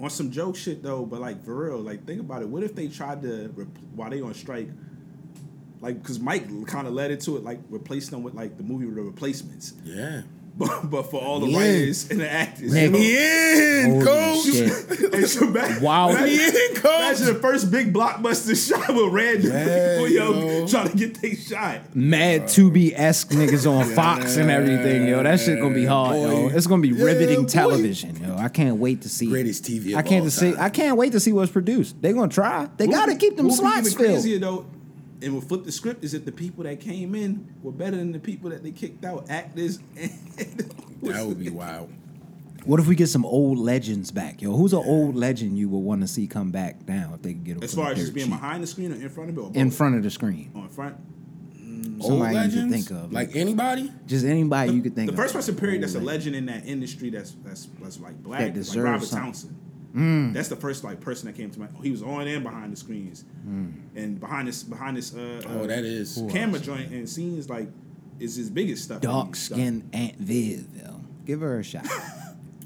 S4: On some joke shit though, but like for real, like think about it. What if they tried to rep- while they on strike, like because Mike kind of led it to it, like replace them with like the movie with the replacements, <laughs>
S2: Yeah.
S4: but, but for all the
S2: Yeah.
S4: writers and the actors.
S3: Nigga.
S4: you know? <laughs>
S2: Me in,
S3: Holy
S2: coach. <laughs>
S3: shit.
S4: And so back-
S3: Wow.
S4: back-
S2: Me in, coach.
S4: Imagine the first big blockbuster <laughs> shot with random <laughs>
S2: Yeah,
S4: people, yo,
S2: yo.
S4: trying to get they shot.
S3: Mad to be esque niggas
S4: <laughs>
S3: on Fox and everything, yo. That shit gonna be hard, yo.
S2: boy.
S3: It's gonna be
S2: Yeah,
S3: riveting
S2: boy.
S3: television, yo. I can't wait to see.
S2: Greatest TV of
S3: I can't
S2: all
S3: see.
S2: time.
S3: I can't wait to see what's produced. They gonna try. They
S4: What
S3: gotta
S4: would-
S3: keep them
S4: what would be
S3: slots
S4: even
S3: filled.
S4: Crazier though, and we'll flip the script is that the people that came in were better than the people that they kicked out. Actors. <laughs> And
S2: That would be wild.
S3: What if we get some old legends back, yo? Who's an old legend you would want to see come back now if they can get a
S4: As far as
S3: third
S4: just being
S3: cheek?
S4: behind the screen or in front of it, or
S3: in
S4: both?
S3: front of the screen.
S4: Oh, in front.
S3: Somebody
S2: Old
S3: you could
S2: legends?
S3: think of,
S2: like anybody.
S3: Just anybody you could think
S4: The
S3: of.
S4: first person period that's a
S3: Old
S4: legend in that industry that's that's that's like black, like
S3: deserves
S4: Robert
S3: something.
S4: Townsend. That's the first like person that came to my. He was on and behind the screens, and behind this behind this. Uh,
S2: Oh,
S4: uh,
S2: that is.
S4: camera joint and scenes like is his biggest stuff.
S3: Dark skinned Aunt Viv, yo. Give her a shot.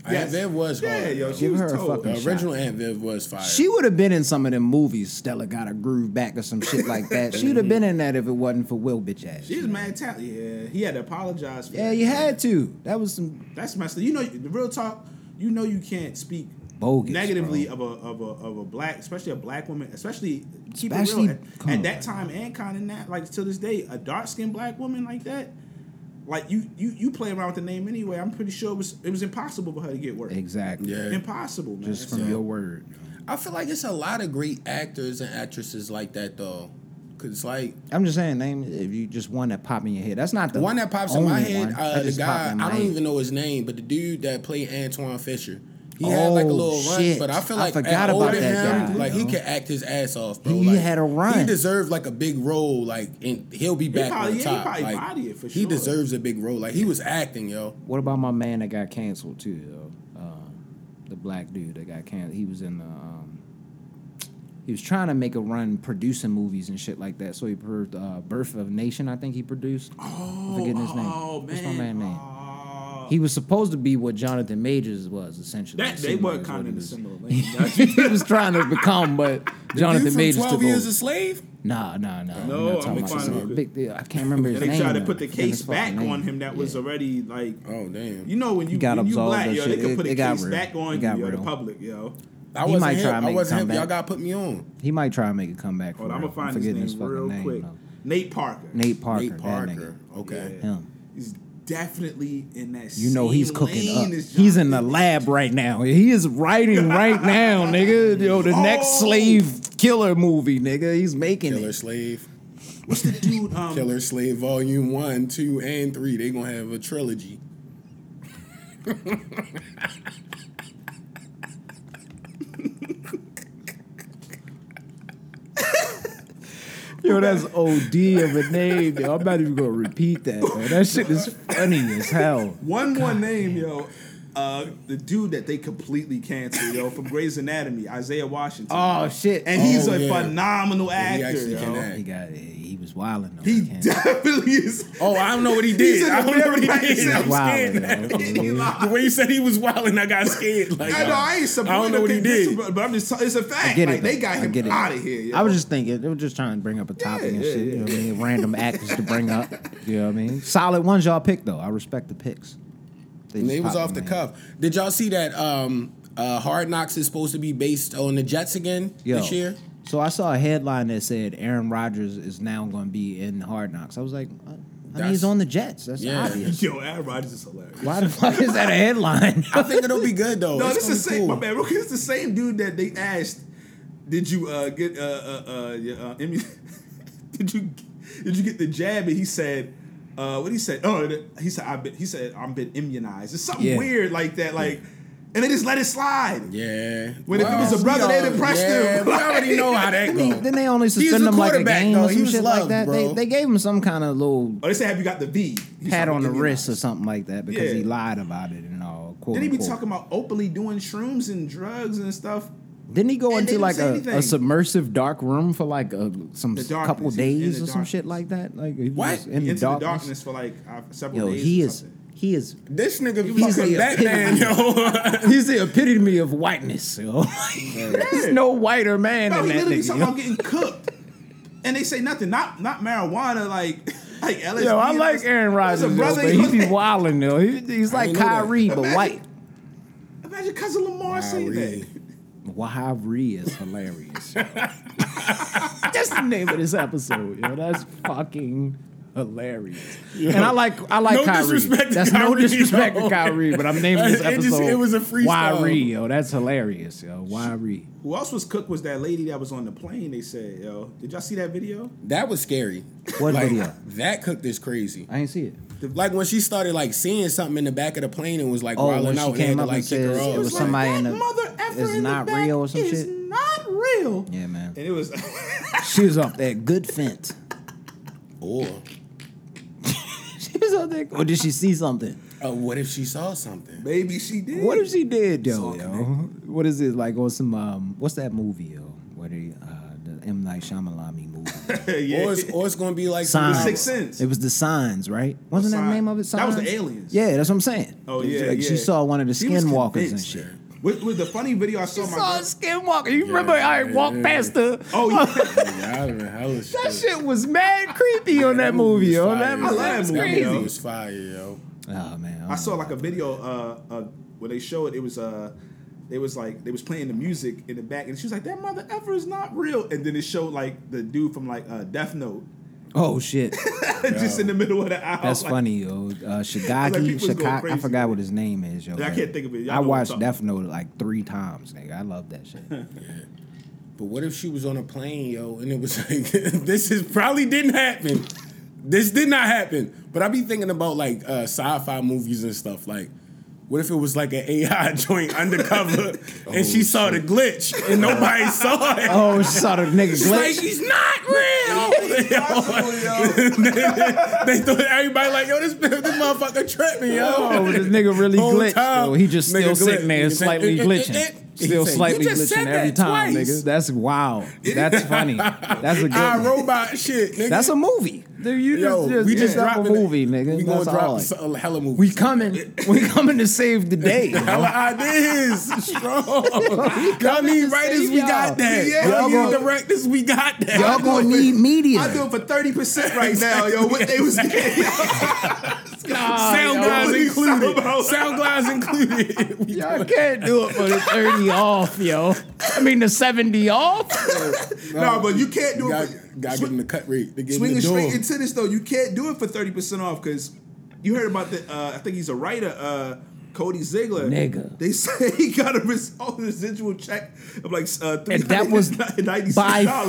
S2: Aunt Viv was
S4: Yeah,
S2: hard.
S4: yo, she
S3: Give
S4: was
S3: her a
S4: told.
S3: fucking
S2: the original Aunt Viv was fire.
S3: she would have been in some of them movies. Stella got a groove back or some shit like that. She would have been in that if it wasn't for Will bitch ass.
S4: She was mad talent. Yeah, he had to apologize. For
S3: yeah,
S4: that.
S3: you had to. That was some.
S4: That's messed up. You know, the real talk. You know, you can't speak
S3: Bogus,
S4: negatively
S3: bro.
S4: of a of a of a black, especially a black woman, especially keep
S3: Especially-
S4: it real.
S3: come
S4: At, at
S3: on,
S4: that
S3: man.
S4: time, and kind of that, like to this day, a dark skinned black woman like that. Like you, you, you play around with the name anyway. I'm pretty sure it was it was impossible for her to get work.
S3: Exactly.
S2: Yeah.
S4: Impossible, man.
S3: Just from
S4: So-
S3: your word.
S2: I feel like it's a lot of great actors and actresses like that though. Cause like
S3: I'm just saying, name if you just one that pop in your head. That's not the
S2: one that pops in my
S3: only
S2: head,
S3: one.
S2: uh, the
S3: That just popped
S2: guy I
S3: in
S2: don't
S3: my head.
S2: even know his name, but the dude that played Antoine Fisher. He had like a
S3: Oh,
S2: little run,
S3: shit.
S2: but I feel
S3: I
S2: like
S3: forgot
S2: at
S3: about
S2: older
S3: that
S2: him,
S3: guy,
S2: like he
S3: yo.
S2: could act his ass off, bro.
S3: He
S2: Like,
S3: had a run.
S2: He deserved like a big role, like and he'll be back
S4: probably-
S2: on
S4: yeah, he
S2: top.
S4: probably
S2: like,
S4: body it for
S2: He
S4: sure.
S2: deserves a big role. Like he was acting, yo.
S3: What about my man that got canceled too? Though? Um, the black dude that got canceled. He was in the. Um, he was trying to make a run producing movies and shit like that. So he produced uh, Birth of a Nation. I think he produced. Oh, I'm forgetting his name.
S4: Oh
S3: What's
S4: man,
S3: my man name?
S4: Oh.
S3: He was supposed to be what Jonathan Majors was essentially.
S4: that they
S3: Similar
S4: were
S3: is
S4: kind
S3: what he
S4: of in a
S3: was.
S4: similar lane.
S3: <laughs> he was trying to become, but
S2: Dude
S3: Jonathan
S2: from
S3: Majors took
S2: Twelve
S3: over.
S2: Years a Slave.
S3: Nah, nah, nah. I'm
S4: No, I'm
S3: not talking
S4: gonna
S3: about
S4: find
S3: this.
S4: him.
S3: big deal. I can't remember his
S4: And they
S3: name.
S4: tried to
S3: now.
S4: put the
S3: I forget his
S4: case back
S3: fucking name.
S4: on him that was already like
S2: Oh damn!
S4: you know when you,
S3: He got
S4: when you
S3: absolved
S4: black,
S3: and
S4: yo,
S3: shit.
S4: they could
S3: It-
S4: put a
S3: it got
S4: case
S3: real.
S4: back
S3: It
S4: on
S3: got
S4: you, yo, the
S3: real.
S4: public, yo.
S2: I
S3: He
S2: wasn't
S3: might
S2: him.
S3: try to
S2: I
S3: make a
S2: wasn't him.
S3: comeback.
S2: Y'all gotta put me on.
S3: He might try and make a comeback.
S4: Hold
S3: for
S4: on, I'm
S3: real.
S4: gonna find his
S3: forgetting
S4: name
S3: fucking
S4: real
S3: name,
S4: quick.
S3: though.
S4: Nate Parker.
S3: Nate Parker.
S2: Nate
S3: that
S2: Parker.
S3: nigga.
S2: Okay.
S4: Yeah.
S3: Him.
S4: He's definitely in that.
S3: You know he's
S4: same
S3: cooking
S4: lane
S3: up.
S4: as
S3: He's in the
S4: Jonathan.
S3: lab right now. He is writing right
S4: <laughs>
S3: now, nigga. Yo, the next
S4: Oh!
S3: slave killer movie, nigga. He's making
S2: Killer
S3: it.
S2: Slave.
S4: What's the
S3: <laughs>
S4: dude? Um,
S2: Killer Slave Volume 1, 2, and 3. They gonna have a trilogy.
S3: Yo, that's OD of a name. Yo, I'm not even gonna repeat that. Man. That shit is funny as hell.
S4: One more name, yo. Uh, the dude that they completely canceled, yo, from Grey's Anatomy, Isaiah Washington.
S3: Oh shit!
S4: and he's
S2: Oh,
S4: a
S2: yeah.
S4: phenomenal
S2: Yeah, he
S4: actor.
S2: actually
S4: yo.
S2: can act.
S3: he got he was wilding. though.
S4: He
S3: I can't- <laughs>
S4: definitely is.
S2: Oh, I don't know what he
S4: <laughs> He's
S2: did.
S4: in
S2: I don't know what he
S4: American <laughs>
S2: did. I'm scared
S3: Wilding,
S2: now.
S3: yo.
S2: <laughs> The way you said he was wild and I got scared. Like,
S4: I know
S2: <laughs>
S4: I ain't
S2: I
S4: supporting
S2: don't know what he
S4: the condition,
S2: did.
S4: but- but I'm just—it's a fact.
S3: I get it.
S4: like they
S3: though.
S4: got
S3: I
S4: him
S3: get it.
S4: out of here. Yo.
S3: I was just thinking, they were just trying to bring up a topic and
S4: yeah,
S3: shit. You know what I mean? Random actors to bring up. You know what I mean? Solid ones y'all picked though. I respect the picks. They
S2: And
S3: just
S2: it was
S3: popped
S2: off
S3: in
S2: the
S3: my head.
S2: cuff. Did y'all see that um, uh, Hard Knocks is supposed to be based on the Jets again
S3: Yo,
S2: this year?
S3: So I saw a headline that said Aaron Rodgers is now going to be in Hard Knocks. I was like, "Uh, I I mean,
S2: That's-
S3: he's on the Jets. That's
S2: Yeah.
S3: obvious.
S4: <laughs> yo, Aaron Rodgers is hilarious.
S3: Why the fuck is that a headline? <laughs>
S2: I think it'll be good though.
S4: <laughs> No,
S2: It's
S4: this is the
S2: gonna be
S4: same, my man. Rookie, it's the same dude that they asked, "Did you uh, get uh, uh, uh, your, uh, immu- <laughs> did you did you get the jab?" And he said, uh, "What he said? Oh, th- he said I've been he said I'm been immunized. It's something
S3: Yeah.
S4: weird like that, like, and they just let it slide.
S2: Yeah.
S4: When if it was a brother,
S2: we
S4: they'd
S2: al-
S4: impressed
S2: yeah,
S4: him.
S2: We already know how
S4: <laughs>
S2: that
S3: Then, he-
S2: goes.
S3: then they only
S2: He was
S3: suspend
S2: a
S3: him like a
S2: quarterback,
S3: game
S2: though.
S3: or
S2: He
S3: some
S2: was
S3: shit
S2: loved,
S3: like that. They,
S2: bro.
S3: they gave him some kind of little
S4: Oh, they said, "Have you got the V?" He's
S3: pat
S4: like,
S3: on the
S4: "Immunized."
S3: wrist or something like that because
S4: Yeah.
S3: he lied about it and all. Quote,
S4: Then he be
S3: unquote.
S4: talking about openly doing shrooms and drugs and stuff.
S3: Didn't he go
S4: And
S3: into
S4: they didn't
S3: like
S4: say
S3: a,
S4: anything.
S3: a submersive dark room for like a, some
S4: The
S3: s-
S4: darkness.
S3: couple
S4: He was in
S3: days or
S4: the
S3: some shit
S4: darkness.
S3: like that? Like he
S2: What?
S3: was in
S4: Into
S3: the
S4: the
S3: darkness.
S4: darkness for like uh, several
S3: Yo,
S4: days.
S3: he
S4: or
S3: is
S4: something.
S3: he is
S2: This nigga
S3: He's
S2: fucking
S3: the
S2: Batman, yo.
S3: <laughs> He's the epitome of whiteness. Yo. <laughs> There's no whiter man
S4: No,
S3: than
S4: he
S3: that
S4: literally
S3: nigga.
S4: talking about
S3: Yo.
S4: getting cooked, and they say nothing. Not not marijuana, like <laughs> like LSD.
S3: Yo, I like Aaron
S4: There's a
S3: Rodgers, yo,
S4: brother-
S3: but he be wilding though. He, he's like
S2: ain't know that.
S3: Kyrie, but
S4: Imagine-
S3: white.
S4: Imagine cousin Lamar saying that.
S3: Wahari is hilarious. yo. <laughs> That's the name of this episode. Yo. That's fucking hilarious. And I like I like
S2: No
S3: Kyrie.
S2: disrespect to
S3: That's no
S2: Kyrie,
S3: disrespect
S2: yo.
S3: to Kyrie, but I'm
S2: <laughs>
S3: naming this
S2: It
S3: episode.
S2: just- it was a freestyle.
S3: Wahari, yo. That's hilarious, yo. Wahari.
S4: Who else was cooked was that lady that was on the plane. They said, "Yo, did y'all see that video?"
S2: That was scary.
S3: What
S2: like,
S3: video?
S2: That cooked is crazy.
S3: I ain't see it.
S2: Like when she started like seeing something in the back of the plane and was like
S3: Oh, when
S2: wilding
S3: she
S2: out and
S3: came
S2: had to
S3: up
S2: like
S3: and
S2: kick her
S3: says
S2: off.
S3: it was
S2: Like,
S3: some- somebody
S4: that
S3: in the-
S4: mother effer
S3: it's
S4: in the
S3: not
S4: back
S3: real or some
S4: is
S3: shit?
S4: Not real.
S3: Yeah, man.
S4: And it was <laughs>
S3: She was off that good fence.
S2: or
S3: <laughs> She was off that. Or did she see something?
S2: uh, what if she saw something?
S4: maybe she did.
S3: What if she did, yo?
S4: all
S3: yo? What is it like on some? Um, what's that movie, yo? Where they, uh, the M Night Shyamalami movie?
S4: <laughs> yeah. <laughs>
S2: Or it's, or it's gonna be like
S3: Signs.
S4: The Sixth Sense.
S3: It was the signs, right? Wasn't that the
S4: Sign-
S3: name of it?
S4: That was the
S3: Signs?
S4: aliens.
S3: Yeah, that's what I'm saying.
S4: Oh
S3: It was
S4: yeah,
S3: like
S4: yeah.
S3: She saw one of the
S4: She was
S3: skinwalkers and
S4: convinced.
S3: shit.
S4: With, with the funny video I saw,
S3: She
S4: my
S3: saw a
S4: girl,
S3: skinwalker. You remember I
S2: yeah,
S3: walked
S2: yeah.
S3: past the.
S4: oh yeah,
S2: Yeah, I remember hell is
S3: That shit was mad creepy on that movie, yo. That
S4: I
S3: was,
S4: love
S3: that was
S4: that movie,
S3: crazy.
S4: yo.
S2: It was fire, yo.
S3: Oh man,
S4: I saw like a video uh, uh where they showed it was uh it was like they was playing the music in the back and she was like that mother effer is not real and then it showed like the dude from like uh, Death Note <laughs>
S3: Oh shit.
S4: just in the middle of the aisle.
S3: That's
S4: like,
S3: funny,
S4: <laughs>
S3: yo. Uh, Shigaki,
S4: Like, people's going
S3: Shika- I
S4: crazy.
S3: forgot what his name is, yo.
S4: Yeah, I
S3: but
S4: can't think of it. Y'all
S3: I
S4: know what I'm
S3: watched
S4: talking
S3: Death Note like three times, nigga. I love that shit.
S4: <laughs>
S2: But what if she was on a plane, yo, and it was <laughs> like, this is probably didn't happen. This did not happen. But I be thinking about like uh, sci-fi movies and stuff. Like, what if it was like an AI <laughs> joint
S3: <laughs>
S2: undercover, and she saw the glitch and nobody saw it?
S3: oh, she saw the nigga
S2: It's like
S3: glitch. <laughs>
S2: he's not real. <laughs> they thought everybody like, yo, this this motherfucker tripping, yo. <laughs>
S3: Oh, this nigga really
S2: Whole
S3: glitched.
S2: time,
S3: yo. He just still
S2: nigga glitched.
S3: sitting there
S2: Nigga said,
S3: slightly
S2: "Eh, eh, eh, eh."
S3: glitching.
S2: He
S3: Still
S2: said,
S3: slightly
S2: "You just
S3: glitching
S2: said
S3: every
S2: that
S3: time,
S2: twice."
S3: nigga.
S2: <laughs>
S3: That's wow. That's funny. That's a good
S2: Our
S3: one.
S2: robot shit, nigga.
S3: That's a movie. Dude, you
S2: Yo,
S3: just, just,
S2: we just
S3: drop a
S2: dropping it.
S3: movie, nigga.
S2: We
S3: That's
S2: gonna
S3: all.
S2: drop some- a hella movie.
S3: we coming. We coming to save the
S2: <laughs>
S3: day. yo.
S2: Hella ideas, strong. Y'all
S3: coming
S2: need
S3: to
S2: writers,
S3: save
S2: we
S3: y'all.
S2: got that.
S4: Yeah,
S2: Y'all
S4: yo.
S2: need directors, we got that.
S3: Y'all gonna need
S4: I do
S3: media.
S4: it for thirty percent right now, yo. What
S3: <laughs>
S4: they was getting?
S2: sound
S3: yo,
S2: guys
S4: what you
S2: included.
S4: talking about?
S2: Sound guys included. We
S3: Y'all can't do it for the
S2: <laughs>
S3: 30 off, yo. I mean, the 70 off.
S4: no, but you can't do it.
S2: got,
S4: For,
S2: got
S4: swi-
S2: give them the cut rate. They give them
S4: swinging
S2: the
S4: straight
S2: door.
S4: into this though, you can't do it for thirty percent off because you heard about the. Uh, I think he's a writer. Uh, Cody Ziegler,
S3: Nigga.
S4: They <laughs> say he got a res- oh, residual check of like uh, three
S3: And that
S4: <laughs>
S3: was by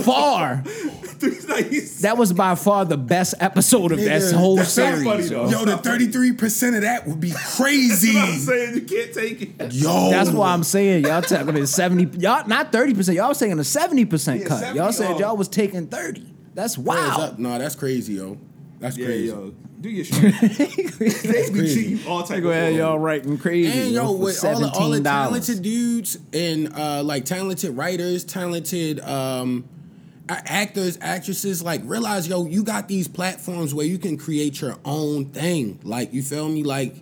S3: far,
S4: three ninety six.
S3: that was by far the best episode of this whole
S2: That's
S4: not
S3: series.
S4: funny,
S3: yo.
S4: though.
S2: Yo, the 33% of that would <laughs> be crazy.
S4: I'm saying you can't take it.
S2: Yo.
S3: That's why I'm saying y'all taking a 70, y'all not 30%, y'all was taking a 70%
S4: Yeah,
S3: cut.
S4: 70
S3: y'all said
S4: off.
S3: y'all was taking 30. That's
S2: Hands
S3: wild.
S2: up. Nah, that's crazy, yo. That's
S4: Yeah,
S2: crazy.
S4: yo, do
S3: <laughs>
S4: your shit. they be cheating you all type
S3: Go
S4: of
S3: ahead,
S4: form.
S3: y'all writing crazy.
S2: And yo,
S3: yo, for
S2: with all the, all the
S3: $17.
S2: talented dudes and uh, like talented writers, talented um, a- actors, actresses, like realize yo, you got these platforms where you can create your own thing. Like you feel me? Like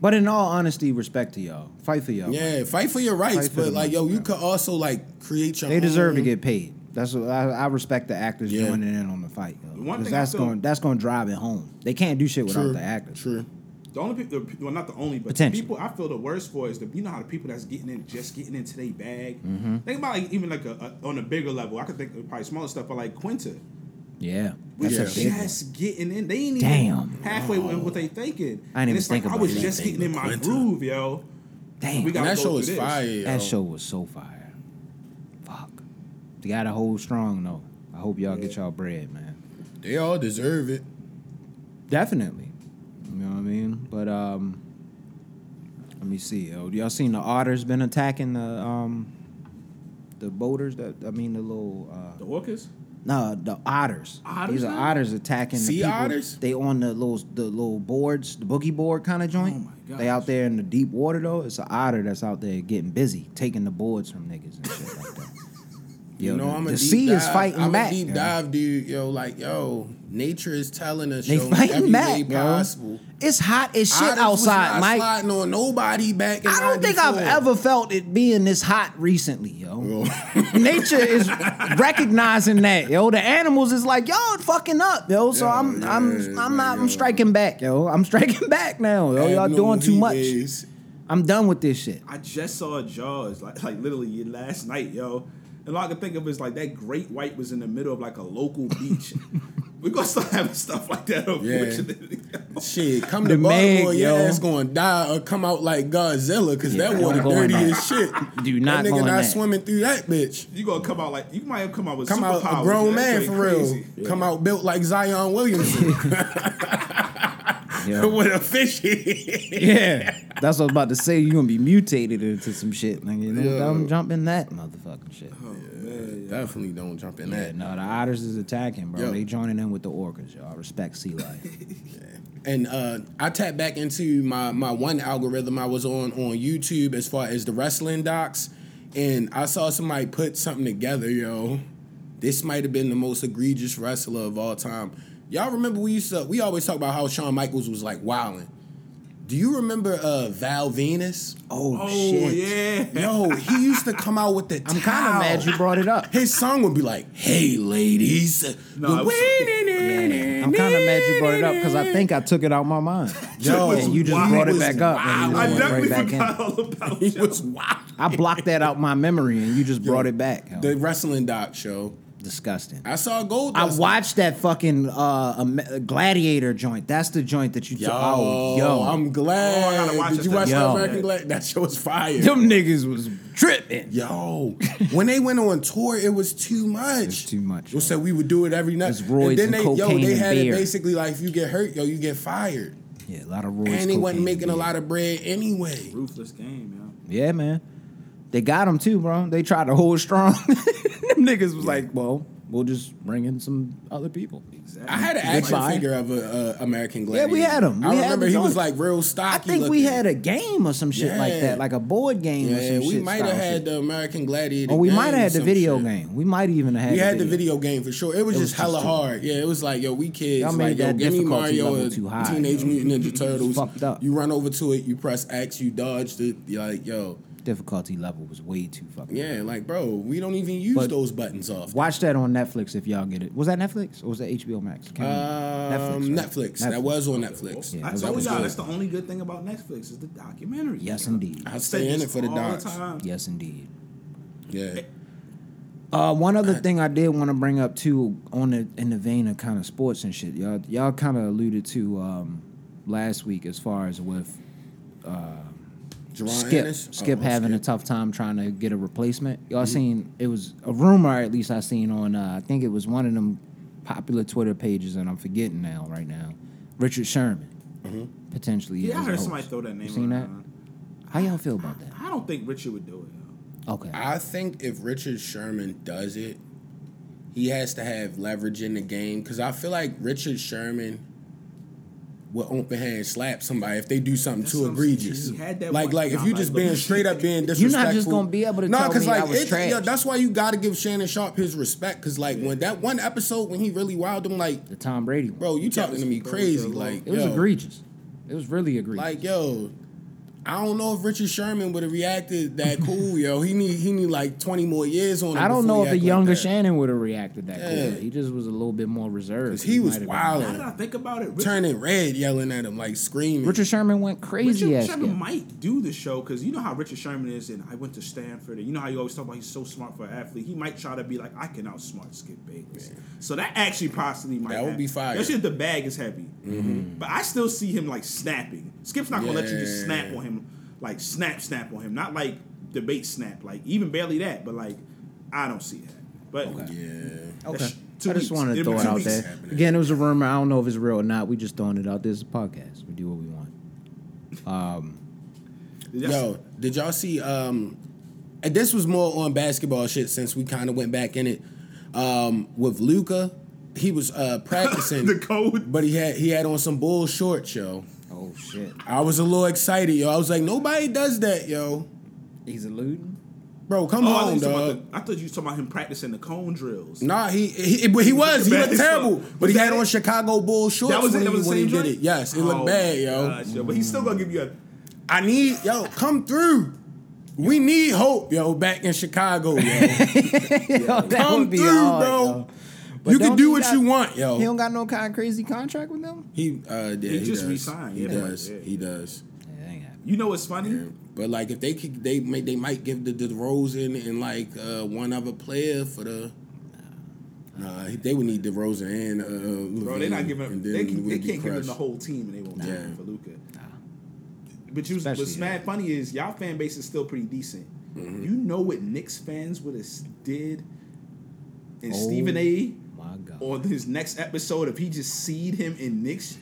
S3: But in all honesty, respect to y'all. Fight for y'all.
S2: yeah, fight for your rights,
S3: Fight for
S2: but
S3: them,
S2: like yo, you could also like create your.
S3: They deserve to
S2: own-
S3: get paid. That's what I, I respect the actors
S2: Yeah.
S3: joining in on the fight. Yo,
S4: One
S3: 'Cause
S4: thing I
S3: that's
S4: feel-
S3: going that's going to drive it home. They can't do shit without
S2: True,
S3: the actors.
S2: True.
S4: The only people, the, well, not the only, but the
S3: Potential.
S4: people I feel the worst for is the you know how the people that's getting in just getting into their bag.
S3: Mm-hmm.
S4: Think about like even like a, a on a bigger level. I could think of probably smaller stuff, but like Quinta,
S3: Yeah,
S4: was
S3: that's a big one.
S4: just getting in. They ain't even
S3: Damn.
S4: halfway with what they thinking.
S3: I didn't
S4: and
S3: even
S4: it's
S3: think
S4: like,
S3: about
S4: I was
S3: that.
S4: just getting in my
S2: Quinta.
S4: groove, yo.
S3: Damn,
S4: We got-
S2: And that
S4: Gotta go
S2: show
S4: through
S2: is
S4: this.
S2: fire. Yo.
S3: that show was so fire. Fuck, you got to hold strong though. I hope y'all get y'all bread, man.
S2: They all deserve it.
S3: Definitely. You know what I mean? But um let me see. Oh, y'all seen the otters been attacking the um the boaters that I mean the little uh
S4: The orcas.
S3: no, the otters.
S4: Otters
S3: These are
S4: now?
S3: otters attacking
S2: Sea
S3: the people.
S2: otters?
S3: They on the little the little boards, the boogie board kind of joint.
S4: Oh my
S3: They out
S4: gosh.
S3: there in the deep water though. It's an otter that's out there getting busy, taking the boards from niggas and shit like that.
S2: <laughs> You
S3: Yo,
S2: know,
S3: the,
S2: I'm a
S3: the
S2: deep
S3: sea
S2: dive,
S3: is fighting
S2: I'm
S3: back.
S2: a deep
S3: yo.
S2: dive dude. Yo, like yo, nature is telling us
S3: They
S2: yo, in
S3: fighting
S2: every way
S3: back, yo.
S2: possible.
S3: It's hot as shit
S2: Otters was
S3: outside,
S2: not
S3: Mike.
S2: Sliding on nobody back. In
S3: I don't think I've
S2: 94.
S3: ever felt it being this hot recently, yo.
S2: Yo.
S3: Nature is recognizing that, yo. The animals is like, yo, it fucking up, yo. So
S2: Yo,
S3: I'm,
S2: yeah,
S3: I'm, I'm not,
S2: yo.
S3: I'm striking back, yo. I'm striking <laughs> back now, yo. Y'all
S2: Abnormal
S3: doing too
S2: heat
S3: much.
S2: waves.
S3: I'm done with this shit.
S4: I just saw Jaws like like literally last night, yo. And all I could think of is like that great white was in the middle of like a local beach. We're gonna start having stuff like that over
S2: Yeah.
S4: unfortunately, <laughs> yo.
S2: Shit, come
S3: The
S2: to Baltimore,
S3: Meg,
S2: your
S3: yo.
S2: ass gonna die or come out like Godzilla, cause
S3: Yeah,
S2: that
S3: don't
S2: water
S3: go in
S2: dirty
S3: that.
S2: as shit.
S3: Do not
S2: that nigga
S3: go in
S2: not
S3: that.
S2: swimming through that bitch.
S4: You gonna come out like you might have come out with
S2: Come out a
S4: superpowers,
S2: grown
S4: yo. That's
S2: man
S4: like
S2: for
S4: crazy.
S2: real. Come out built like Zion Williamson
S3: <laughs>
S2: <laughs>
S3: Yeah.
S2: with a fish head.
S3: Yeah. that's what I was about to say. You're gonna be mutated into some shit, nigga. You know,
S2: Yeah.
S3: Don't jump in that motherfucking shit.
S2: Definitely don't jump in
S3: Yeah,
S2: that.
S3: no, the otters is attacking, bro.
S2: Yo.
S3: They joining in with the orcas, yo. I respect sea life.
S2: <laughs> and uh, I tapped back into my my one algorithm I was on on YouTube as far as the wrestling docs, and I saw somebody put something together. Yo, this might have been the most egregious wrestler of all time. Y'all remember we used to we always talk about how Shawn Michaels was like wilding. Do you remember uh, Val Venus?
S3: Oh,
S4: Oh
S3: shit.
S4: yeah.
S2: Yo, he used to come out with the.
S3: I'm kind of mad you brought it up.
S2: His song would be like, "Hey ladies,"
S4: No,
S2: The
S4: it was-
S2: way-
S3: I'm kind of mad you brought it up because I think I took it out my mind.
S2: Yo,
S3: and you just
S4: wow.
S3: brought it
S4: It
S3: back
S2: was
S3: up. And you
S4: I
S2: wild.
S3: just went
S4: definitely
S3: right back
S4: forgot
S3: in.
S4: all
S3: <laughs>
S4: about
S2: He
S4: you.
S2: was wild.
S3: I blocked that out my memory, and you just brought it back. yo.
S2: The wrestling doc show.
S3: Disgusting.
S2: I saw Gold.
S3: I watched that fucking uh, Am- gladiator joint. That's the joint that you took.
S2: Yo,
S3: Oh, yo,
S2: I'm glad.
S4: Oh, I gotta watch
S2: Did
S4: it
S2: you
S4: then.
S2: watch
S3: Yo.
S2: that American Glad? That show was fire.
S3: them niggas was tripping.
S2: Yo, when they went on tour, it was too much.
S3: It's too much,
S2: They
S3: yo.
S2: said we would do it every night.
S3: It's roids and
S2: they,
S3: cocaine
S2: yo, they
S3: and
S2: had
S3: beer.
S2: it basically like if you get hurt, yo, you get fired.
S3: Yeah, a lot of Roy's.
S2: and they wasn't
S3: cocaine
S2: making a
S3: beer.
S2: lot of bread anyway.
S4: Ruthless game,
S3: Yeah, man. They got him too, bro. They tried to hold strong. <laughs> them niggas was like, well, we'll just bring in some other people.
S4: yo. Exactly.
S2: I had an
S3: They
S2: action
S3: fine.
S2: figure of a, a American
S3: Yeah,
S2: Gladiator.
S3: we had him. We
S2: I
S3: had
S2: remember
S3: the
S2: he
S3: joint.
S2: was like real
S3: I
S2: stocky.
S3: think we
S2: looking.
S3: had a game or some shit like
S2: Yeah.
S3: that, like a board game or
S2: Yeah,
S3: some
S2: we
S3: shit.
S2: might have
S3: style
S2: had
S3: shit.
S2: the American Gladiator.
S3: or we might
S2: game
S3: have had the
S2: some
S3: video
S2: shit.
S3: game. We might even have had.
S2: We had the video game for sure. It was
S3: It was
S2: just hella
S3: just too-
S2: hard. Yeah, it was like, yo, we kids,
S3: Y'all
S2: like,
S3: made
S2: yo,
S3: that
S2: give me
S3: difficulty
S2: Mario
S3: level
S2: or
S3: too high,
S2: Teenage
S3: yo. <laughs>
S2: Mutant Ninja Turtles.
S3: fucked up.
S2: You run over to it, you press X, you dodge it. You're like, yo,
S3: Difficulty level was way too fucking.
S2: yeah, like, bro, we don't even use
S3: But-
S2: those buttons off.
S3: Watch that on Netflix if y'all get it. Was that Netflix or was that HBO Max? Can't
S2: Um,
S3: remember.
S2: Netflix, That was on Netflix.
S3: Yeah,
S4: I
S3: that
S4: told
S3: was
S4: y'all
S3: good.
S4: that's the only good thing about Netflix is the documentary.
S3: Yes, indeed.
S2: I stay in it for the docs.
S3: Yes, indeed.
S2: Yeah.
S3: Uh, one other thing I did want to bring up too, on the in the vein of kind of sports and shit, y'all y'all kind of alluded to um, last week as far as with
S2: Jerron
S3: Skip
S2: Ennis?
S3: Skip
S2: Oh,
S3: having
S2: Skip. Mm-hmm.
S3: a tough time trying to get a replacement. Y'all seen it was a rumor at least I seen on uh, I think it was one of them popular Twitter pages and I'm forgetting now right now. Richard Sherman
S2: Mm-hmm.
S3: potentially. is
S4: Yeah, I
S3: his
S4: heard
S3: host.
S4: somebody throw that name uh,
S3: You seen
S4: around.
S3: that? How y'all feel about that?
S4: I don't think Richard would do it.
S3: Okay.
S2: I think if Richard Sherman does it, he has to have leverage in the game because I feel like Richard Sherman with open hand slap somebody if they do something
S4: That's
S2: too
S4: what I'm
S2: egregious.
S4: saying. You had that
S2: like
S4: one
S2: like if
S4: time,
S2: you
S4: I
S2: just being
S4: believe.
S2: straight up being
S3: You're
S2: disrespectful.
S3: not just gonna be able to
S2: Nah,
S3: tell
S2: 'cause,
S3: me I was trash.
S2: that's why you got to give Shannon Sharp his respect. Cause like when that one episode when he really wowed him, like
S3: The Tom Brady one.
S2: bro, you talking to me
S4: was
S2: crazy.
S4: a-
S2: Like
S3: It was
S2: yo,
S3: egregious. It was really egregious.
S2: Like yo. I don't know if Richard Sherman would have reacted that cool, yo. He need he need like twenty more years on. Him
S3: I
S2: before
S3: don't
S2: he
S3: know if the
S2: act like
S3: younger
S2: that.
S3: Shannon would have reacted that
S2: Yeah.
S3: cool. He just was a little bit more reserved.
S2: 'Cause he was
S3: might have been-
S2: wild.
S4: Now that I think about it, Richard,
S2: turning red, yelling at him like screaming.
S3: Richard Sherman went crazy
S4: Richard
S3: as
S4: Sherman
S3: him.
S4: might do the show because you know how Richard Sherman is, and I went to Stanford, and you know how you always talk about he's so smart for an athlete. He might try to be like, I can outsmart Skip Bayless. So that actually possibly might.
S2: That would
S4: happen.
S2: be fire. Mm-hmm.
S4: Especially if the bag is heavy. But I still see him like snapping. Skip's not gonna let you just
S2: Yeah.
S4: snap on him, like snap, snap on him. Not like debate snap, like even barely that. But like, I don't see that. But
S2: yeah.
S3: Okay.
S4: That's two
S3: I just
S4: weeks.
S3: wanted to
S4: It'll be
S3: throw it
S4: two
S3: out
S4: weeks
S3: there.
S2: happening.
S3: Again, it was a rumor. I don't know if it's real or not. We just throwing it out there. It's a podcast. We do what we want.
S4: that's-
S2: Yo, did y'all see? Um, and this was more on basketball shit since we kind of went back in it. Um, with Luca, he was
S4: <laughs>
S2: uh practicing
S4: <laughs> The code.
S2: but he had he had on some bull shorts, yo.
S3: Oh shit.
S2: I was a little excited, yo. I was like, nobody does that, yo.
S3: He's <laughs> eluding.
S2: Bro, come
S4: Oh, I, thought
S2: on,
S4: you was talking
S2: dog.
S4: about the- I thought you were talking about him practicing the cone drills.
S2: Nah, he he, but he was he
S4: Bad
S2: looked
S4: as
S2: terrible,
S4: fuck.
S2: but he
S4: Was
S2: had
S4: that
S2: on
S4: it?
S2: Chicago Bull shorts
S4: That was
S2: when,
S4: it. That
S2: he,
S4: was the
S2: when
S4: same
S2: he did
S4: joint?
S2: it. Yes, it
S4: Oh
S2: looked bad,
S4: my
S2: yo.
S4: gosh, yo. But he's still gonna give you a.
S2: I need yo, come through. We need hope, yo, back in Chicago,
S4: <laughs>
S2: yo. Come through, bro.
S3: But
S2: you can
S3: don't
S2: do
S3: he
S2: what
S3: got-
S2: you want,
S3: He don't
S2: yo.
S3: got no kind of crazy contract with them.
S2: He uh, yeah,
S4: He
S2: he,
S4: just
S2: does.
S4: resigned,
S2: He
S4: yeah,
S2: does.
S4: yeah.
S2: He does.
S4: You know what's funny?
S2: But like, if they could, they may, they might give the DeRozan and like uh, one other player for the. Nah, he- they would need DeRozan and uh,
S4: Bro, they're not giving
S2: and
S4: up.
S2: then
S4: They, can,
S2: we'd
S4: they
S2: be
S4: can't give him
S2: crushed.
S4: the whole team, and they won't give
S2: Nah.
S4: him for Luca. But you, what's
S3: Especially-
S4: mad funny is y'all fan base is still pretty decent.
S2: Mm-hmm.
S4: You know what Knicks fans would have did in
S3: Oh.
S4: Stephen A.
S3: My God,
S4: on his next episode if he just seed him in Knicks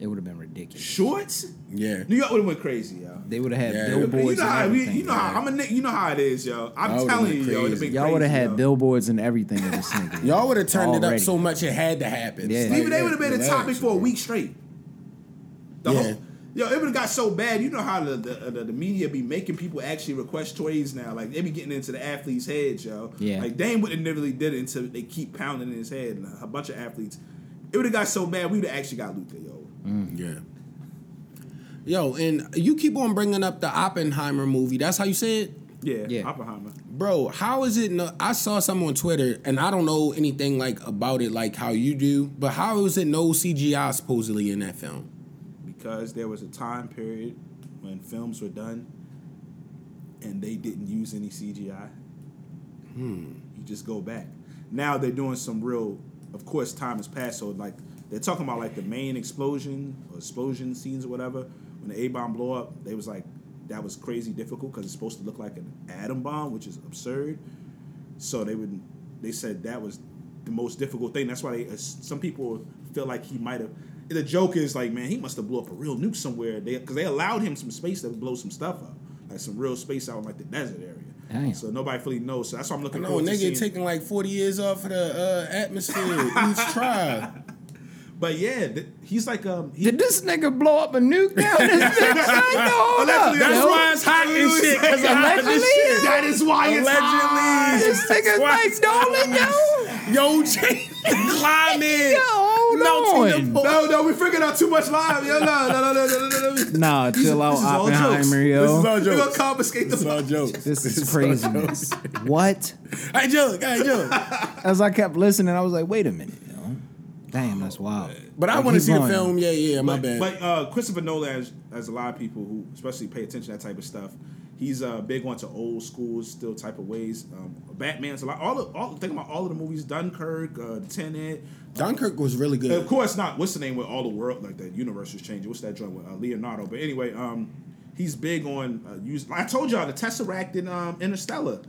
S3: it would have been ridiculous.
S4: shorts.
S2: Yeah,
S4: New York would have went crazy, yo.
S3: They would have had
S2: Yeah.
S3: billboards.
S4: you know
S3: and
S4: how we,
S3: everything,
S4: you know how I'm a Knick. You know how it is, yo.
S2: I
S4: I'm
S2: would've
S4: telling
S2: went
S4: you, yo. It
S2: crazy.
S3: Y'all would have had
S4: Bill.
S3: billboards and everything of this nigga.
S2: <laughs> y'all would have turned it up
S3: Already.
S2: so much it had to happen.
S3: Yeah.
S2: Like,
S4: Even they would have been a
S2: relax,
S4: topic for a
S2: bro.
S4: week straight. The
S2: Yeah.
S4: whole, yo, it would have got so bad. You know how the the, the the media be making people actually request trades now. Like they be getting into the athletes' heads, yo.
S3: Yeah.
S4: Like Dame wouldn't really did it until they keep pounding in his head. And a bunch of athletes. It would have got so bad. We would have actually got Luka, yo.
S3: Mm.
S2: Yeah. Yo, and you keep on bringing up the Oppenheimer movie. That's how you say it.
S4: Yeah.
S3: Yeah.
S4: Oppenheimer.
S2: Bro, how is it? No, I saw some on Twitter, and I don't know anything like about it, like how you do. But how is it no CGI supposedly in that film?
S4: because there was a time period when films were done and they didn't use any CGI. You just go back. Now they're doing some real. Of course, time has passed, so like they're talking about like the main explosion or explosion scenes or whatever. When the A bomb blow up, they was like that was crazy difficult because it's supposed to look like an atom bomb, which is absurd. So they would they said that was the most difficult thing. That's why they, uh, some people feel like he might have. The joke is like, man, he must have blew up a real nuke somewhere. They because they allowed him some space to blow some stuff up, like some real space out in like the desert area.
S3: Damn.
S4: So nobody fully knows. So that's why I'm looking
S2: No,
S4: forward to
S2: nigga
S4: seeing.
S2: taking like 40 years off of the uh, <laughs> atmosphere each trial.
S4: but yeah, th- he's like um. He,
S3: Did this nigga blow up a nuke down this bitch? Son, hold up.
S4: Allegedly, that's
S3: yo.
S4: why
S2: it's hot and shit, 'cause
S3: I'm hot as shit.
S4: that is why it's hot.
S2: Allegedly.
S3: This nigga's like, Dolan, yo.
S2: Yo, Jay, climbing.
S3: Yo, hold
S2: Melting
S3: on.
S2: the
S4: No, Oh, no, we figured out too much live. Yo, no, no, no, no, no, no, no.
S3: Nah,
S4: These-
S3: chill out,
S4: this is all jokes.
S3: Oppenheimer,
S2: This is
S3: yo.
S2: all
S4: We're gonna
S2: jokes.
S4: confiscate the
S2: This is all jokes.
S3: This is
S2: all <laughs>
S3: craziness.
S2: jokes.
S3: What?
S2: Hey, joke. Hey, joke.
S3: As I kept listening, I was like, wait a minute, yo. Damn, that's wild.
S2: Oh, But I
S3: Like,
S2: want to
S3: keep
S2: see the
S3: going.
S2: film. Yeah, yeah, my
S4: but,
S2: bad.
S4: But uh, Christopher Nolan, as, as a lot of people who especially pay attention to that type of stuff, he's uh, big onto old school still type of ways. Um, Batman's a lot. All the all think about all of the movies: Dunkirk, uh, Tenet.
S2: Dunkirk was really good.
S4: Of course, not. What's the name with all the world like the universe is changing? What's that joint with uh, Leonardo? But anyway, um, he's big on uh, use. I told y'all the Tesseract in um, Interstellar.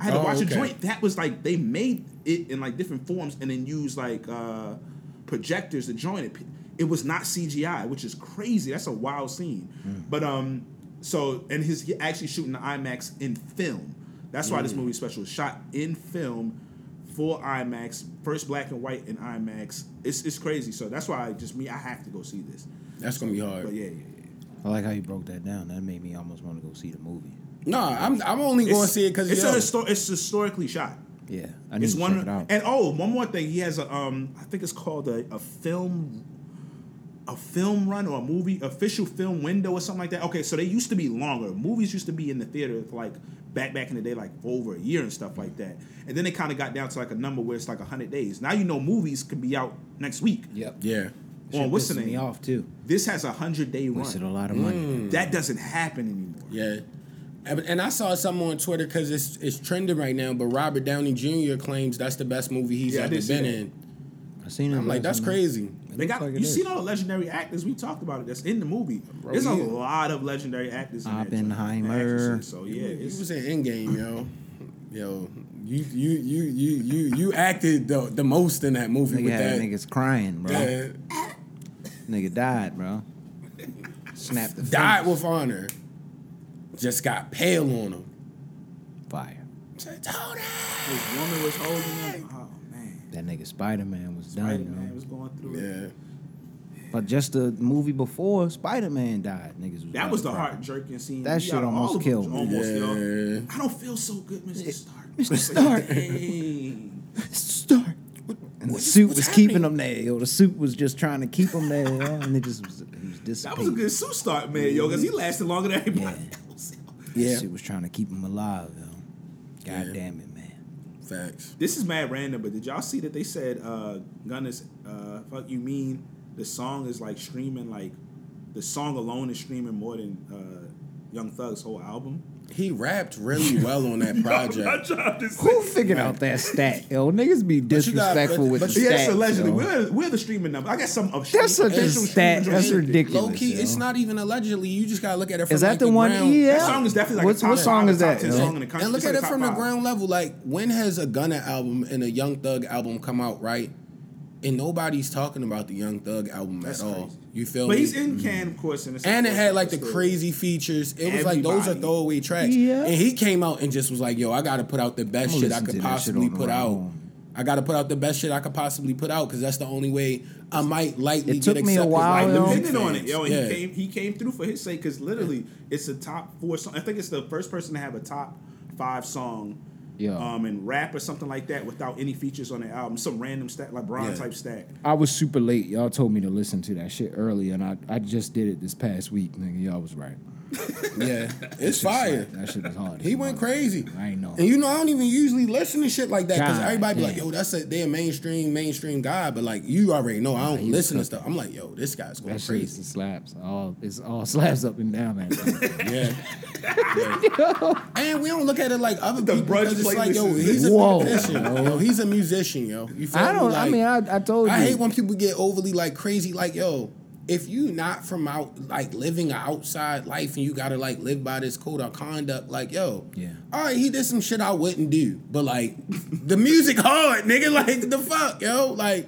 S4: I had to
S2: Oh,
S4: watch a
S2: okay.
S4: joint that was like they made it in like different forms and then used like uh, projectors to join it. It was not CGI, which is crazy. That's a wild scene.
S2: Hmm.
S4: But um, so and his he actually shooting the IMAX in film. That's why this
S2: Hmm.
S4: movie special is shot in film, full IMAX, first black and white in IMAX. It's it's crazy. So that's why I just me I have to go see this.
S2: That's gonna be hard.
S4: But yeah, yeah, yeah.
S3: I like how you broke that down. That made me almost want to go see the movie.
S2: Nah, I'm I'm only going to see it because
S4: it's a histor- it's historically shot.
S3: Yeah, I need
S4: It's
S3: to
S4: one
S3: check it out.
S4: and oh, one more thing. He has a um, I think it's called a, a film, a film run or a movie official film window or something like that. Okay, so they used to be longer. Movies used to be in the theater for like back back in the day, like for over a year and stuff like that. And then they kind of got down to like a number where it's like hundred days. Now you know movies can be out next week.
S3: yep.
S2: yeah.
S3: Shit
S4: On what's the
S3: pissing me
S4: name?
S3: off too.
S4: This has a hundred day run.
S3: Wasted a lot of money.
S2: Mm.
S4: That doesn't happen anymore.
S2: Yeah. And and I saw something on Twitter because it's it's trending right now. But Robert Downey Jr. claims that's the best movie he's
S4: Yeah, I
S2: ever
S4: did see
S2: been
S4: that.
S2: in.
S3: I seen it.
S2: I'm like,
S3: last
S2: that's
S3: night.
S2: crazy.
S4: They
S3: looks
S4: got
S3: like it
S4: you
S3: is.
S4: seen all the legendary actors we talked about it that's in the movie. There's a
S2: yeah.
S4: lot of legendary actors. in there, too, and
S3: Oppenheimer.
S4: actresses, So yeah,
S2: He
S4: it's,
S2: was in Endgame, yo. Yo, you you you you you you acted the the most in that movie
S3: Nigga
S2: with
S3: had
S2: that.
S3: niggas crying, bro.
S2: Yeah.
S3: Nigga died,
S2: <laughs>
S3: bro. Snapped the
S2: Died with honor. Just got pale on him.
S3: fin- fire.
S2: Said, "Tony!"
S4: this woman was holding him. Oh man,
S3: That nigga Spider Man was
S4: Spider
S3: done,
S4: Man
S3: bro.
S4: was going through. it.
S2: Yeah.
S3: But just the movie before Spider Man died, niggas. Was
S4: That was the
S3: crying.
S4: heart jerking scene.
S3: That
S4: We
S3: shit
S4: got all
S3: almost
S4: of them,
S3: killed me.
S4: Almost, yo.
S2: Yeah.
S4: I don't feel so good, Mr. Stark.
S3: Mr.
S4: It's like,
S3: Stark.
S4: dang.
S3: Start. And the
S2: What-
S3: suit
S2: what's
S3: was
S2: happening?
S3: keeping him there. Yo. The suit was just trying to keep him there, yo. and it just was, it was
S4: That was a
S3: dissipating.
S4: good Sue Stark man, yo, because he lasted longer than everybody
S3: Yeah.
S4: else.
S3: That
S2: Yeah.
S3: shit was trying to keep him alive, yo. God
S2: Yeah.
S3: damn it, man.
S2: Facts.
S4: This is mad random, but did y'all see that they said uh Gunna's uh fuck you mean the song is like streaming like the song alone is streaming more than uh Young Thug's whole album?
S2: He rapped really well on
S4: <laughs>
S2: that
S4: I'm
S2: project.
S4: trying to say-
S3: Who figured out that stat, yo? Niggas be
S2: you got-
S3: disrespectful
S2: but-
S3: with
S2: but
S3: the
S2: you-
S4: Yeah,
S3: stats.
S4: that's a legend.
S3: yo.
S4: We're, we're the streaming number. I got some of
S3: That's a
S4: official
S3: stat.
S4: streaming
S3: That's
S4: numbers.
S3: ridiculous.
S2: Low key,
S3: yo.
S2: it's not even allegedly. You just gotta look at it from
S3: Is
S2: like
S3: that the one? E
S2: ground.
S3: Yeah.
S4: That song is definitely like
S3: What,
S4: a top
S3: what
S4: five,
S3: song is
S4: top
S3: that?
S4: ten
S3: yo?
S4: song in the country.
S2: And look
S4: It's
S2: at
S4: like
S2: it
S4: top
S2: from the
S4: five.
S2: ground level. Like, when has a Gunna album and a Young Thug album come out, right? And nobody's talking about the Young Thug album
S4: That's
S2: at all.
S4: crazy.
S2: You feel
S4: But
S2: me?
S4: he's
S3: Mm-hmm.
S4: in Can, of course, and, it's
S2: and it had like the
S4: still-
S2: crazy features. It was like those are
S4: Everybody.
S2: throwaway tracks.
S3: Yeah.
S2: And he came out and just was like, "Yo, I got to put out the best
S3: I'ma
S2: shit I
S3: listen
S2: could
S3: to that shit
S2: possibly
S3: on the
S2: put
S3: ride
S2: out.
S3: home.
S2: I got to put out the best shit I could possibly put out because that's the only way I might lightly
S3: It took
S2: get
S3: me a
S2: accepted
S3: while,
S2: by
S3: yo.
S2: music
S4: depended on it,
S2: fans.
S4: yo. And
S2: yeah.
S4: he came, he came through for his sake because literally, it's a top four song. I think it's the first person to have a top five song,
S3: Yeah.
S4: um, and rap or something like that without any features on the album. Some random stat, like Bron
S2: Yeah.
S4: type stat.
S3: I was super late. Y'all told me to listen to that shit early, and I, I just did it this past week, nigga. Y'all was right.
S2: yeah, it's
S3: Shit
S2: fire.
S3: slapped. That shit was hard. as
S2: He
S3: a
S2: went
S3: motherfucker.
S2: crazy.
S3: I ain't know.
S2: And you know, I don't even usually listen to shit like that because
S3: God
S2: everybody be like,
S3: damn.
S2: "Yo, that's a they a mainstream mainstream guy," but like you already know, I don't
S3: was
S2: listen to
S3: cooking.
S2: stuff. I'm like, "Yo, this guy's going
S3: That shit
S2: crazy."
S3: is slaps. All it's all <laughs> slaps up and down. That shit.
S2: Yeah. Yeah. and we don't look at it like other
S4: The
S2: people
S4: brunch
S2: because it's like,
S4: playlist
S2: yo,
S4: is-
S2: he's a
S3: Whoa.
S2: musician. yo, he's a musician, yo. You feel
S3: I
S2: me?
S3: don't. I
S2: Like,
S3: mean, I, I told you.
S2: I hate when people get overly like crazy, like, yo, if you not from out like living an outside life and you gotta like live by this code of conduct, like, yo,
S3: Yeah.
S2: All right, he did some shit I wouldn't do, but like <laughs> the music hard, nigga. <laughs> Like the fuck, yo. Like,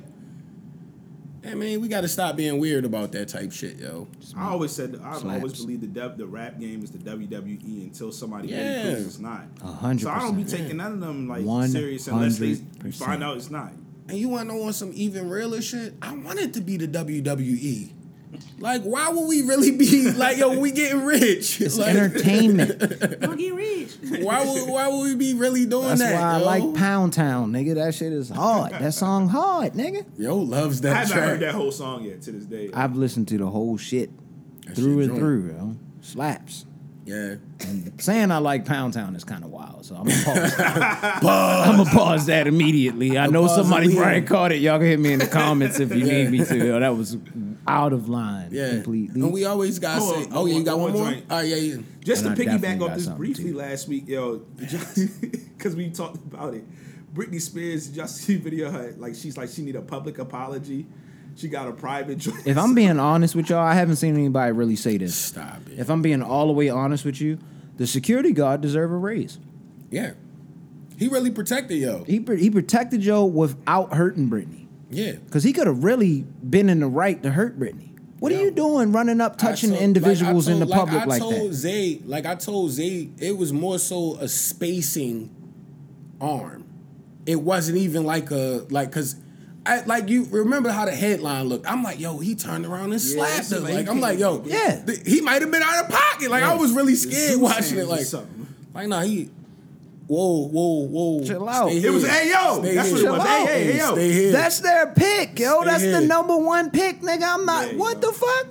S2: I mean, we gotta stop being weird about that type shit, yo.
S4: I always said I've always
S3: Slaps.
S4: believed the dev, the rap game is the WWE until somebody
S2: Yeah.
S4: proves it's not.
S3: A hundred
S4: So I don't be
S3: percent.
S4: taking none of them like
S3: One
S4: serious unless they
S3: hundred
S4: find
S3: percent.
S4: out it's not.
S2: And you wanna know on some even realer shit? I want it to be the WWE. Like, why would we really be like, yo, we getting rich?
S3: It's
S2: like, <laughs>
S3: entertainment.
S4: Don't get rich.
S2: Why would why would we be really doing
S3: That's
S2: that?
S3: why I
S2: yo?
S3: like Pound Town, nigga. That shit is hard. That song hard, nigga.
S2: Yo loves
S4: I
S2: that
S4: haven't
S2: track.
S4: heard that whole song yet to this day.
S3: I've listened to the whole shit
S2: That
S3: through
S2: shit joint.
S3: and through, yo. Slaps.
S2: Yeah.
S3: Saying I like Pound Town is kind of wild, so I'm gonna
S2: <laughs>
S3: pause. I'm gonna pause that immediately. I know
S2: Pause it
S3: somebody
S2: later.
S3: probably caught it. Y'all can hit me in the comments if you
S2: Yeah.
S3: need me to. Yo, that was out of line
S2: Yeah.
S3: completely.
S2: And we always gotta
S4: Hold
S2: say,
S4: on,
S2: oh yeah, you
S4: one
S2: got
S4: more-
S2: one
S4: one
S2: more?
S4: more joint.
S2: Oh yeah, yeah.
S4: Just
S3: And
S4: to
S3: I
S4: piggyback
S3: definitely
S4: off
S3: got
S4: this
S3: something,
S4: briefly
S3: too.
S4: last week, yo, <laughs> because we talked about it. Britney Spears, did y'all <laughs> see the video? of Her like she's like she need a public apology. She got a private. <laughs> Dress.
S2: <laughs>
S3: If I'm being honest with y'all, I haven't seen anybody really say this.
S2: Stop it.
S3: If I'm being all the way honest with you, the security guard deserved a raise.
S2: Yeah. He really protected yo.
S3: He pr- he protected Joe without hurting Brittany,
S2: Yeah.
S3: because he could have really been in the right to hurt Brittany. What
S2: Yeah.
S3: are you doing, running up, touching
S2: I told-
S3: individuals
S2: like, I
S3: in the
S2: told-
S3: public like,
S2: I told
S3: that?
S2: Zay, like I told Zay, it was more so a spacing arm. It wasn't even like a like because I, like you remember how the headline looked. I'm like, yo, he turned around and slapped
S4: it's
S2: her.
S4: like-
S2: Like, I'm like, yo,
S3: Yeah.
S2: th- he might have been out of pocket. Like I was really scared
S4: Zeus
S2: watching
S4: hands
S2: it.
S4: or
S2: Like,
S4: something.
S2: like nah, he. Whoa, whoa, whoa!
S3: Chill out.
S2: Stay
S3: It
S2: here.
S4: was, "Hey, yo!"
S2: Stay
S4: That's
S2: here.
S4: what
S3: it was. Chill "Hey, out.
S4: hey, hey, yo."
S2: Stay here.
S3: That's their pick, yo.
S2: Stay
S3: That's the
S2: here.
S3: number one pick, nigga. I'm not.
S4: Yeah,
S3: what
S4: yo.
S3: the fuck?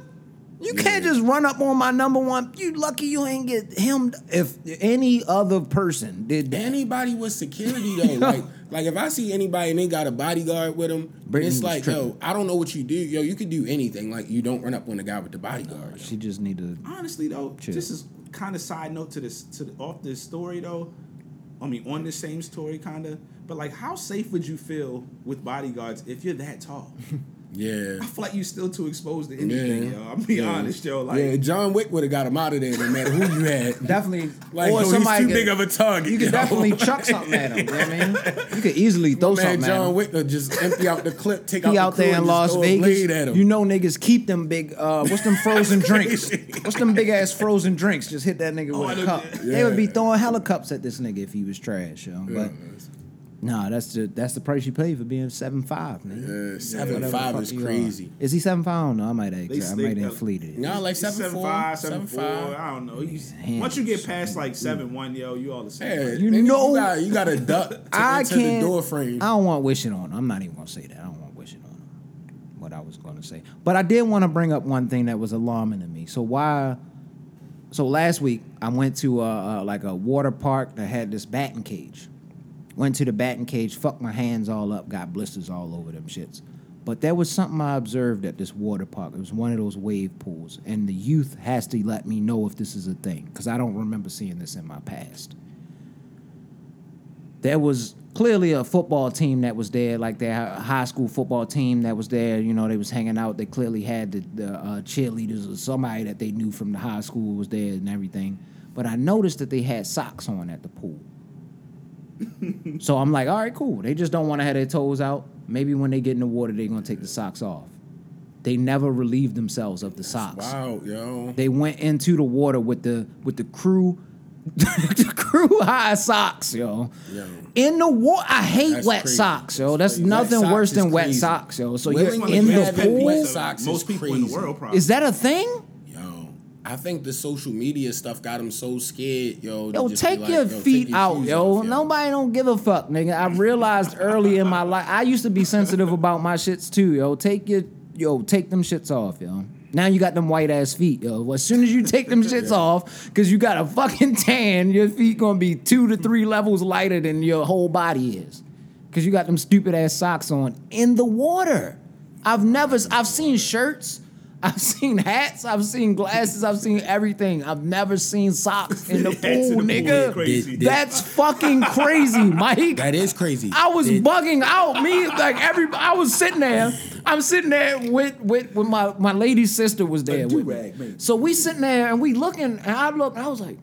S3: You can't just run up on my number one. You lucky you ain't get him. If any other person did that,
S2: anybody with security
S3: <laughs>
S2: though. like, like if I see anybody and they got a bodyguard with them,
S3: Brittany
S2: it's
S3: was
S2: like,
S3: tripping.
S2: yo, I don't know what you do. Yo, you could do anything. Like, you don't run up on the guy with the bodyguard. yo.
S3: she just needed.
S4: honestly though,
S3: Chill.
S4: this is kind of side note to this to the, off this story though. I mean, on the same story, kind of. But like, how safe would you feel with bodyguards if you're
S3: <laughs>
S4: that tall?
S2: Yeah.
S4: I feel like you still too exposed to anything,
S2: Yeah.
S4: yo. I'll be
S2: Yeah.
S4: honest, yo. Like,
S2: yeah, John Wick would have got him out of there no matter who you
S3: <laughs>
S2: had.
S3: Definitely,
S2: Like,
S3: or
S2: yo,
S3: somebody
S2: he's too
S3: could-
S2: big of a target.
S3: You could
S2: yo. <laughs>
S3: definitely chuck something at him. You know what I mean, you could easily throw
S2: Man,
S3: something at
S2: John
S3: him.
S2: Wick would just empty out the clip, take out
S3: He
S2: the
S3: out
S2: crew
S3: there
S2: and
S3: in
S2: just
S3: Las
S2: throw a
S3: Vegas,
S2: blade at him.
S3: you know niggas keep them big. Uh, what's them
S2: <laughs>
S3: frozen drinks? What's them big ass frozen drinks? Just hit that nigga
S4: Oh, I
S3: with a
S4: know
S3: cup.
S4: that.
S3: They would be
S2: Yeah.
S3: throwing hella cups at this nigga if he was trash. Yo. But nah, that's the that's the price you pay for being seven five, nigga.
S2: Yeah, seven
S3: Whatever the
S2: five
S3: fuck
S2: is
S3: you are.
S2: crazy.
S3: Is he seven five? I don't know. I might have
S4: They
S3: I
S4: stay-
S3: might have inflated it.
S2: Nah, like
S4: He's
S2: seven four,
S4: five,
S2: seven
S4: seven
S2: five.
S4: four, I don't know. You-
S3: Man,
S4: once you get past like seven one, yo, you all the same.
S2: Yeah,
S4: Like,
S3: You
S2: you
S3: know-
S2: know, you got, you got to duck to
S3: I
S2: enter
S3: can't.
S2: the door frame.
S3: I don't want wishing on. him. I'm not even gonna say that. I don't want wishing on him, what I was gonna say. But I did want to bring up one thing that was alarming to me. So why? So last week I went to uh uh like a water park that had this batting cage. Went to the batting cage, fucked my hands all up, got blisters all over them shits. But there was something I observed at this water park. It was one of those wave pools, and the youth has to let me know if this is a thing because I don't remember seeing this in my past there was clearly a football team that was there, like their hi- high school football team that was there. You know, they was hanging out. They clearly had the, the uh, cheerleaders or somebody that they knew from the high school was there and everything. But I noticed that they had socks on at the pool. so I'm like, all right, cool. They just don't want to have their toes out. Maybe when they get in the water, they're gonna take the socks off. They never relieved themselves of the socks.
S2: Wow, yo.
S3: They went into the water with the with the crew, <laughs> the crew high socks, yo.
S2: Yo.
S3: In the water, I hate
S2: That's
S3: wet
S2: crazy.
S3: socks, yo.
S2: That's
S3: That's
S2: crazy.
S3: nothing
S2: Wet
S3: worse
S2: socks is
S3: than wet
S2: crazy.
S3: sooks, yo. So
S2: Wet
S3: you're
S2: socks
S3: in
S2: is
S3: the
S2: bad.
S3: pool.
S2: Wet socks
S4: most
S2: is
S4: people in the
S2: crazy.
S4: world probably.
S3: Is that a thing?
S2: Yo, I think the social media stuff got him so scared, yo. to
S3: Yo,
S2: just be
S3: take
S2: like,
S3: your
S2: yo, take
S3: feet
S2: your
S3: out,
S2: shoes
S3: yo.
S2: off,
S3: Nobody don't give a fuck, nigga. I realized early in my life, I used to be sensitive about my shits too, yo. Take your, yo, take them shits off, yo. Now you got them white ass feet, yo. As soon as you
S2: <laughs>
S3: take them shits off, because you got a fucking <laughs> tan, your feet gonna be two to three levels lighter than your whole body is, because you got them stupid ass socks on in the water. I've never, I've seen shirts. <laughs> I've seen hats, I've seen glasses, I've seen everything. I've never seen socks in the
S4: <laughs> Hats
S3: pool,
S4: in the pool is
S3: nigga.
S4: crazy.
S2: Did- did-
S3: That's fucking
S4: <laughs>
S3: crazy, Mike.
S2: That is crazy.
S3: I was
S2: Did-
S3: bugging out. Me, like every, I was sitting there. I'm sitting there with with, with my my lady sister was there. With me.
S4: do-rag, man.
S3: So we sitting there and we looking, and I looked, and I was like,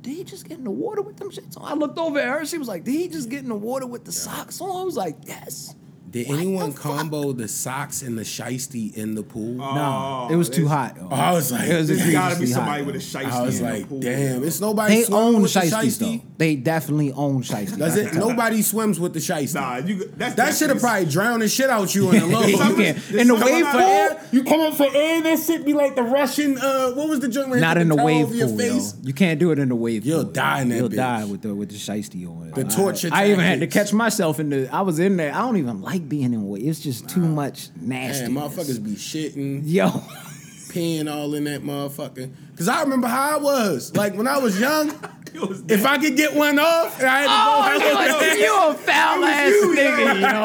S3: "Did he just get in the water with them shits on?" I looked over at her. and She was like, "Did he just get in the water with the socks on?" I was like, "Yes."
S2: Did
S3: What
S2: anyone
S3: the fuck?
S2: combo the socks and the shiesty in the pool?
S3: Nah,
S4: Oh,
S3: it was too
S4: this-
S3: hot. though.
S2: I was like,
S3: It was
S4: There's gotta be
S3: egregiously hot,
S4: somebody
S3: though.
S4: with a shiesty.
S2: I was
S4: in the
S2: like,
S4: pool.
S2: damn, it's nobody.
S3: They
S2: swimming
S3: own
S2: with the
S3: shiesties though.
S2: shiesty?
S3: They definitely own shiesties.
S2: Does
S3: I can
S2: <laughs>
S3: <laughs>
S2: it?
S3: tell.
S2: Nobody swims with the shiesty.
S4: Nah, you. That's
S2: That should have probably drowned the shit out you in
S3: <laughs>
S2: the low.
S3: You can't. In the
S4: Come
S3: wave
S4: on,
S2: for
S3: pool,
S2: air, you come up for air, that shit be like the Russian. Uh, what was the joint? where they
S3: not
S2: put
S3: in the
S2: towel
S3: wave
S2: over your
S3: pool. yo.
S2: face?
S3: You can't do it in the wave.
S2: You'll
S3: pool, yo.
S2: die in that
S3: You'll
S2: bitch.
S3: die with the with the shiesty on.
S2: The torture
S3: I, I even had to
S2: tactics.
S3: catch myself in the. I was in there. I don't even like being in wave. It's just too much nasty.
S2: Man, motherfuckers be shitting,
S3: <laughs> Yo,
S2: peeing all in that motherfucker. Cause I remember how I was. Like when I was
S3: <laughs>
S2: young,
S4: It was
S2: if I could get one off, and I had to
S3: oh,
S2: go. <laughs> I
S3: you,
S2: would.
S3: you a foul ass
S4: you,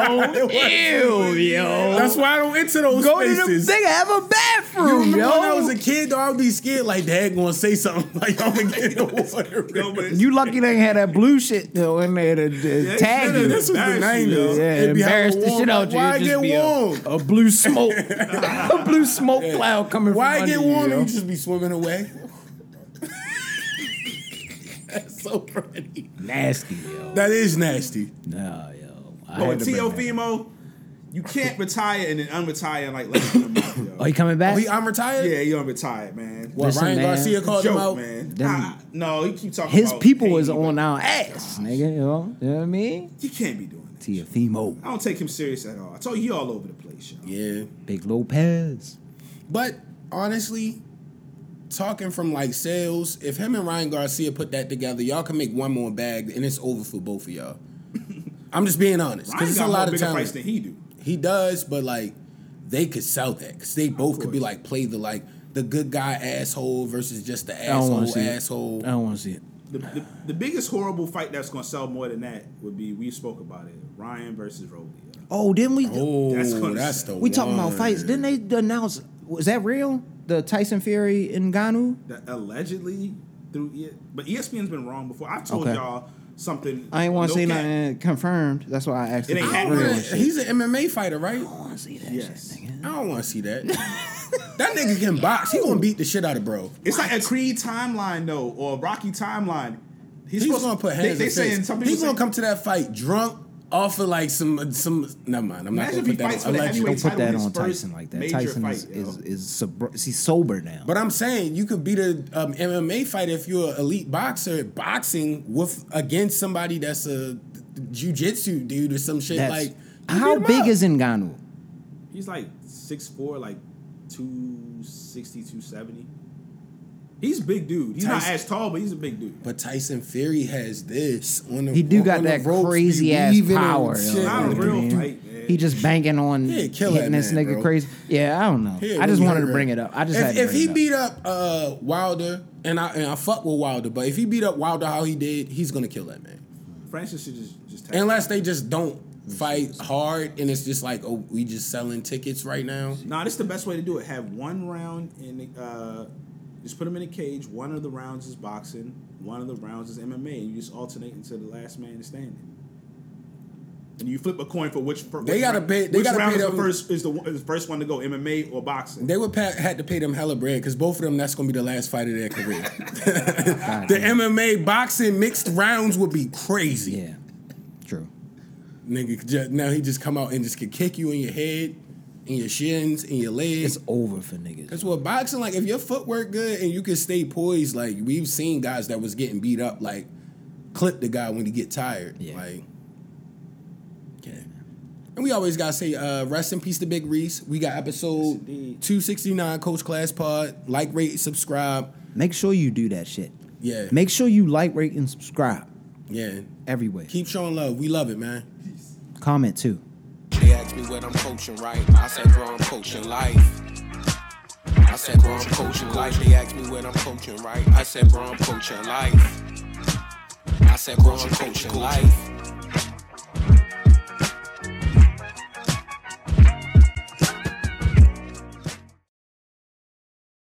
S2: <laughs>
S3: nigga, yo. Ew, yo.
S2: That's why I don't enter those
S3: Go to the
S2: spaces.
S3: nigga have a
S2: You
S3: bathroom,
S2: remember
S3: yo.
S2: when I was a kid, though, I would be scared like dad gonna say something <laughs> like I'm gonna
S3: <laughs>
S2: get in the water.
S4: No,
S2: <laughs>
S4: but it's-
S3: you lucky they ain't had that blue shit though in there to, to tag
S4: should've.
S3: you.
S2: This was the
S4: Embarrass you, yo.
S2: nineties.
S3: Yeah, embarrass the shit out you.
S2: Why
S3: It'd just
S2: get
S3: be a-
S2: warm?
S3: A,
S2: <laughs>
S3: blue smoke, a blue smoke cloud coming.
S2: Why
S3: from
S2: get
S3: under
S2: warm?
S3: You,
S2: You,
S3: yo.
S2: just be swimming
S3: <laughs>
S2: away. That's so pretty.
S3: Nasty, yo.
S2: That is nasty.
S3: Nah, yo. I
S4: Oh,
S3: had to bring
S4: Tio
S3: that.
S4: Fimo, you can't retire and then unretire in like less than a month. yo.
S3: Oh, you coming back?
S2: He, I'm retired.
S4: Yeah, you're unretired, man.
S2: What,
S3: Listen,
S2: Ryan
S3: man.
S2: Garcia called
S4: joke,
S2: him out.
S4: man.
S3: Them-
S4: Ah, no, you keep talking.
S3: His
S4: about
S3: people
S4: Haiti,
S3: is
S4: but
S3: on our ass, nigga. Yo, you know what I mean?
S4: You can't be doing
S3: E Tiafimo.
S4: I don't take him serious at all. I told you he all over the place, y'all.
S2: Yeah.
S3: Big Lopez.
S2: But honestly, talking from like sales, if him and Ryan Garcia put that together, y'all can make one more bag and it's over for both of
S4: <laughs>
S2: y'all. I'm just being honest because
S4: Ryan
S2: it's
S4: got
S2: a
S4: a
S2: lot of
S4: bigger
S2: talent.
S4: price than he do.
S2: He does, but like they could sell that because they both could be
S4: course.
S2: like play the like the good guy asshole versus just the
S3: I don't want
S2: asshole
S3: to see
S2: asshole.
S3: it. I don't want to see it.
S4: The, the, the biggest horrible fight that's gonna sell more than that would be we spoke about it. Ryan versus Rolly.
S3: Oh, didn't we?
S2: Oh, that's,
S4: That's gonna
S2: the
S4: sell.
S3: we talking about
S2: one.
S3: fights. Didn't they announce? Was that real? The Tyson Fury and Ganu?
S4: That allegedly through it, but E ESPN's been wrong before. I've told
S3: Okay.
S4: y'all something.
S3: I ain't want
S4: no
S3: to say
S4: cap.
S3: nothing confirmed. That's why I asked.
S4: It
S3: if
S4: ain't
S3: was
S4: happening.
S3: real and shit.
S2: He's an MMA fighter, right?
S3: I want to see that
S4: Yes.
S3: shit, nigga.
S2: I don't want to see that. that nigga can box. He gonna beat the shit out of bro.
S4: It's like a Creed timeline though, or a Rocky timeline.
S2: He's, gonna put
S4: They,
S2: hands.
S4: they
S2: in fists.
S4: saying some people
S2: He's
S4: say-
S2: gonna come to that fight drunk, off of like some some. Never mind. I'm not gonna
S4: Imagine if he
S2: put that
S4: fights
S2: on.
S4: for the
S2: Allegedly.
S4: heavyweight
S3: Don't put
S4: title
S3: that
S4: in
S3: on
S4: his first
S3: Tyson like that.
S4: major
S3: Tyson is
S4: fight, yo.
S3: is, is sober. He's sober now.
S2: But I'm saying you could beat a um, MMA fighter if you're an elite boxer boxing with against somebody that's a jujitsu dude or some shit
S3: That's-
S2: like. you
S3: how
S2: beat him
S3: big
S2: up.
S3: is Ngannou?
S4: He's like six four, like 260, 270. He's a big dude. He's not
S2: Tyson-
S4: as tall, but he's a big dude.
S2: But Tyson Fury has this on the.
S3: He do
S2: on
S3: got
S2: the
S3: that
S2: ropes, he
S3: crazy ass
S2: weaving and
S3: power,
S2: shit.
S3: yo.
S4: Not a
S3: Yeah,
S4: real
S3: man.
S4: fight, man.
S3: He just banging on
S2: Yeah, kill
S3: hitting
S2: that
S3: this
S2: man,
S3: nigga
S2: bro.
S3: crazy. Yeah, I don't know.
S2: Yeah,
S3: I just
S2: we
S3: wanted to
S2: heard.
S3: bring it up. I just
S2: if,
S3: had to
S2: if
S3: bring
S2: he
S3: it up.
S2: beat up uh, Wilder, and I and I fuck with Wilder, but if he beat up Wilder how he did, he's gonna kill that man.
S4: Francis should just just tag
S2: Unless they just don't fight hard, and it's just like, oh, we just selling tickets right now.
S4: Nah, this is the best way to do it. Have one round in the, uh, just put them in a cage. One of the rounds is boxing. One of the rounds is MMA, and you just alternate until the last man is standing. And you flip a coin for which. For
S2: They
S4: which
S2: gotta
S4: round-
S2: pay- they
S4: which
S2: gotta
S4: round
S2: pay
S4: is the
S2: them-
S4: first is the, one- is the first one to go MMA or boxing.
S2: They would pa- had to pay them hella bread because both of them that's gonna be the last fight of their career. <laughs> the MMA boxing mixed rounds would be crazy.
S3: Yeah, true.
S2: Nigga, ju- now he just come out and just could kick you in your head, in your shins, in your legs.
S3: It's over for niggas.
S2: That's what boxing like. If your footwork good and you can stay poised, like we've seen guys that was getting beat up, like clip the guy when he get tired.
S3: Yeah.
S2: Like, okay. And we always gotta say, uh, rest in peace to Big Reese. We got episode
S4: indeed.
S2: two sixty nine, Coach Class Pod. Like, rate, subscribe.
S3: Make sure you do that shit.
S2: Yeah,
S3: Make sure you like, rate, and subscribe
S2: yeah.
S3: everywhere.
S2: Keep showing love. We love it, man.
S3: Comment too.
S1: They asked me what I'm coaching, right? I said, bro, I'm coaching life. I said, bro, I'm coaching life. They asked me what I'm coaching, right? I said, bro, I'm coaching life. I said, bro, I'm coaching life.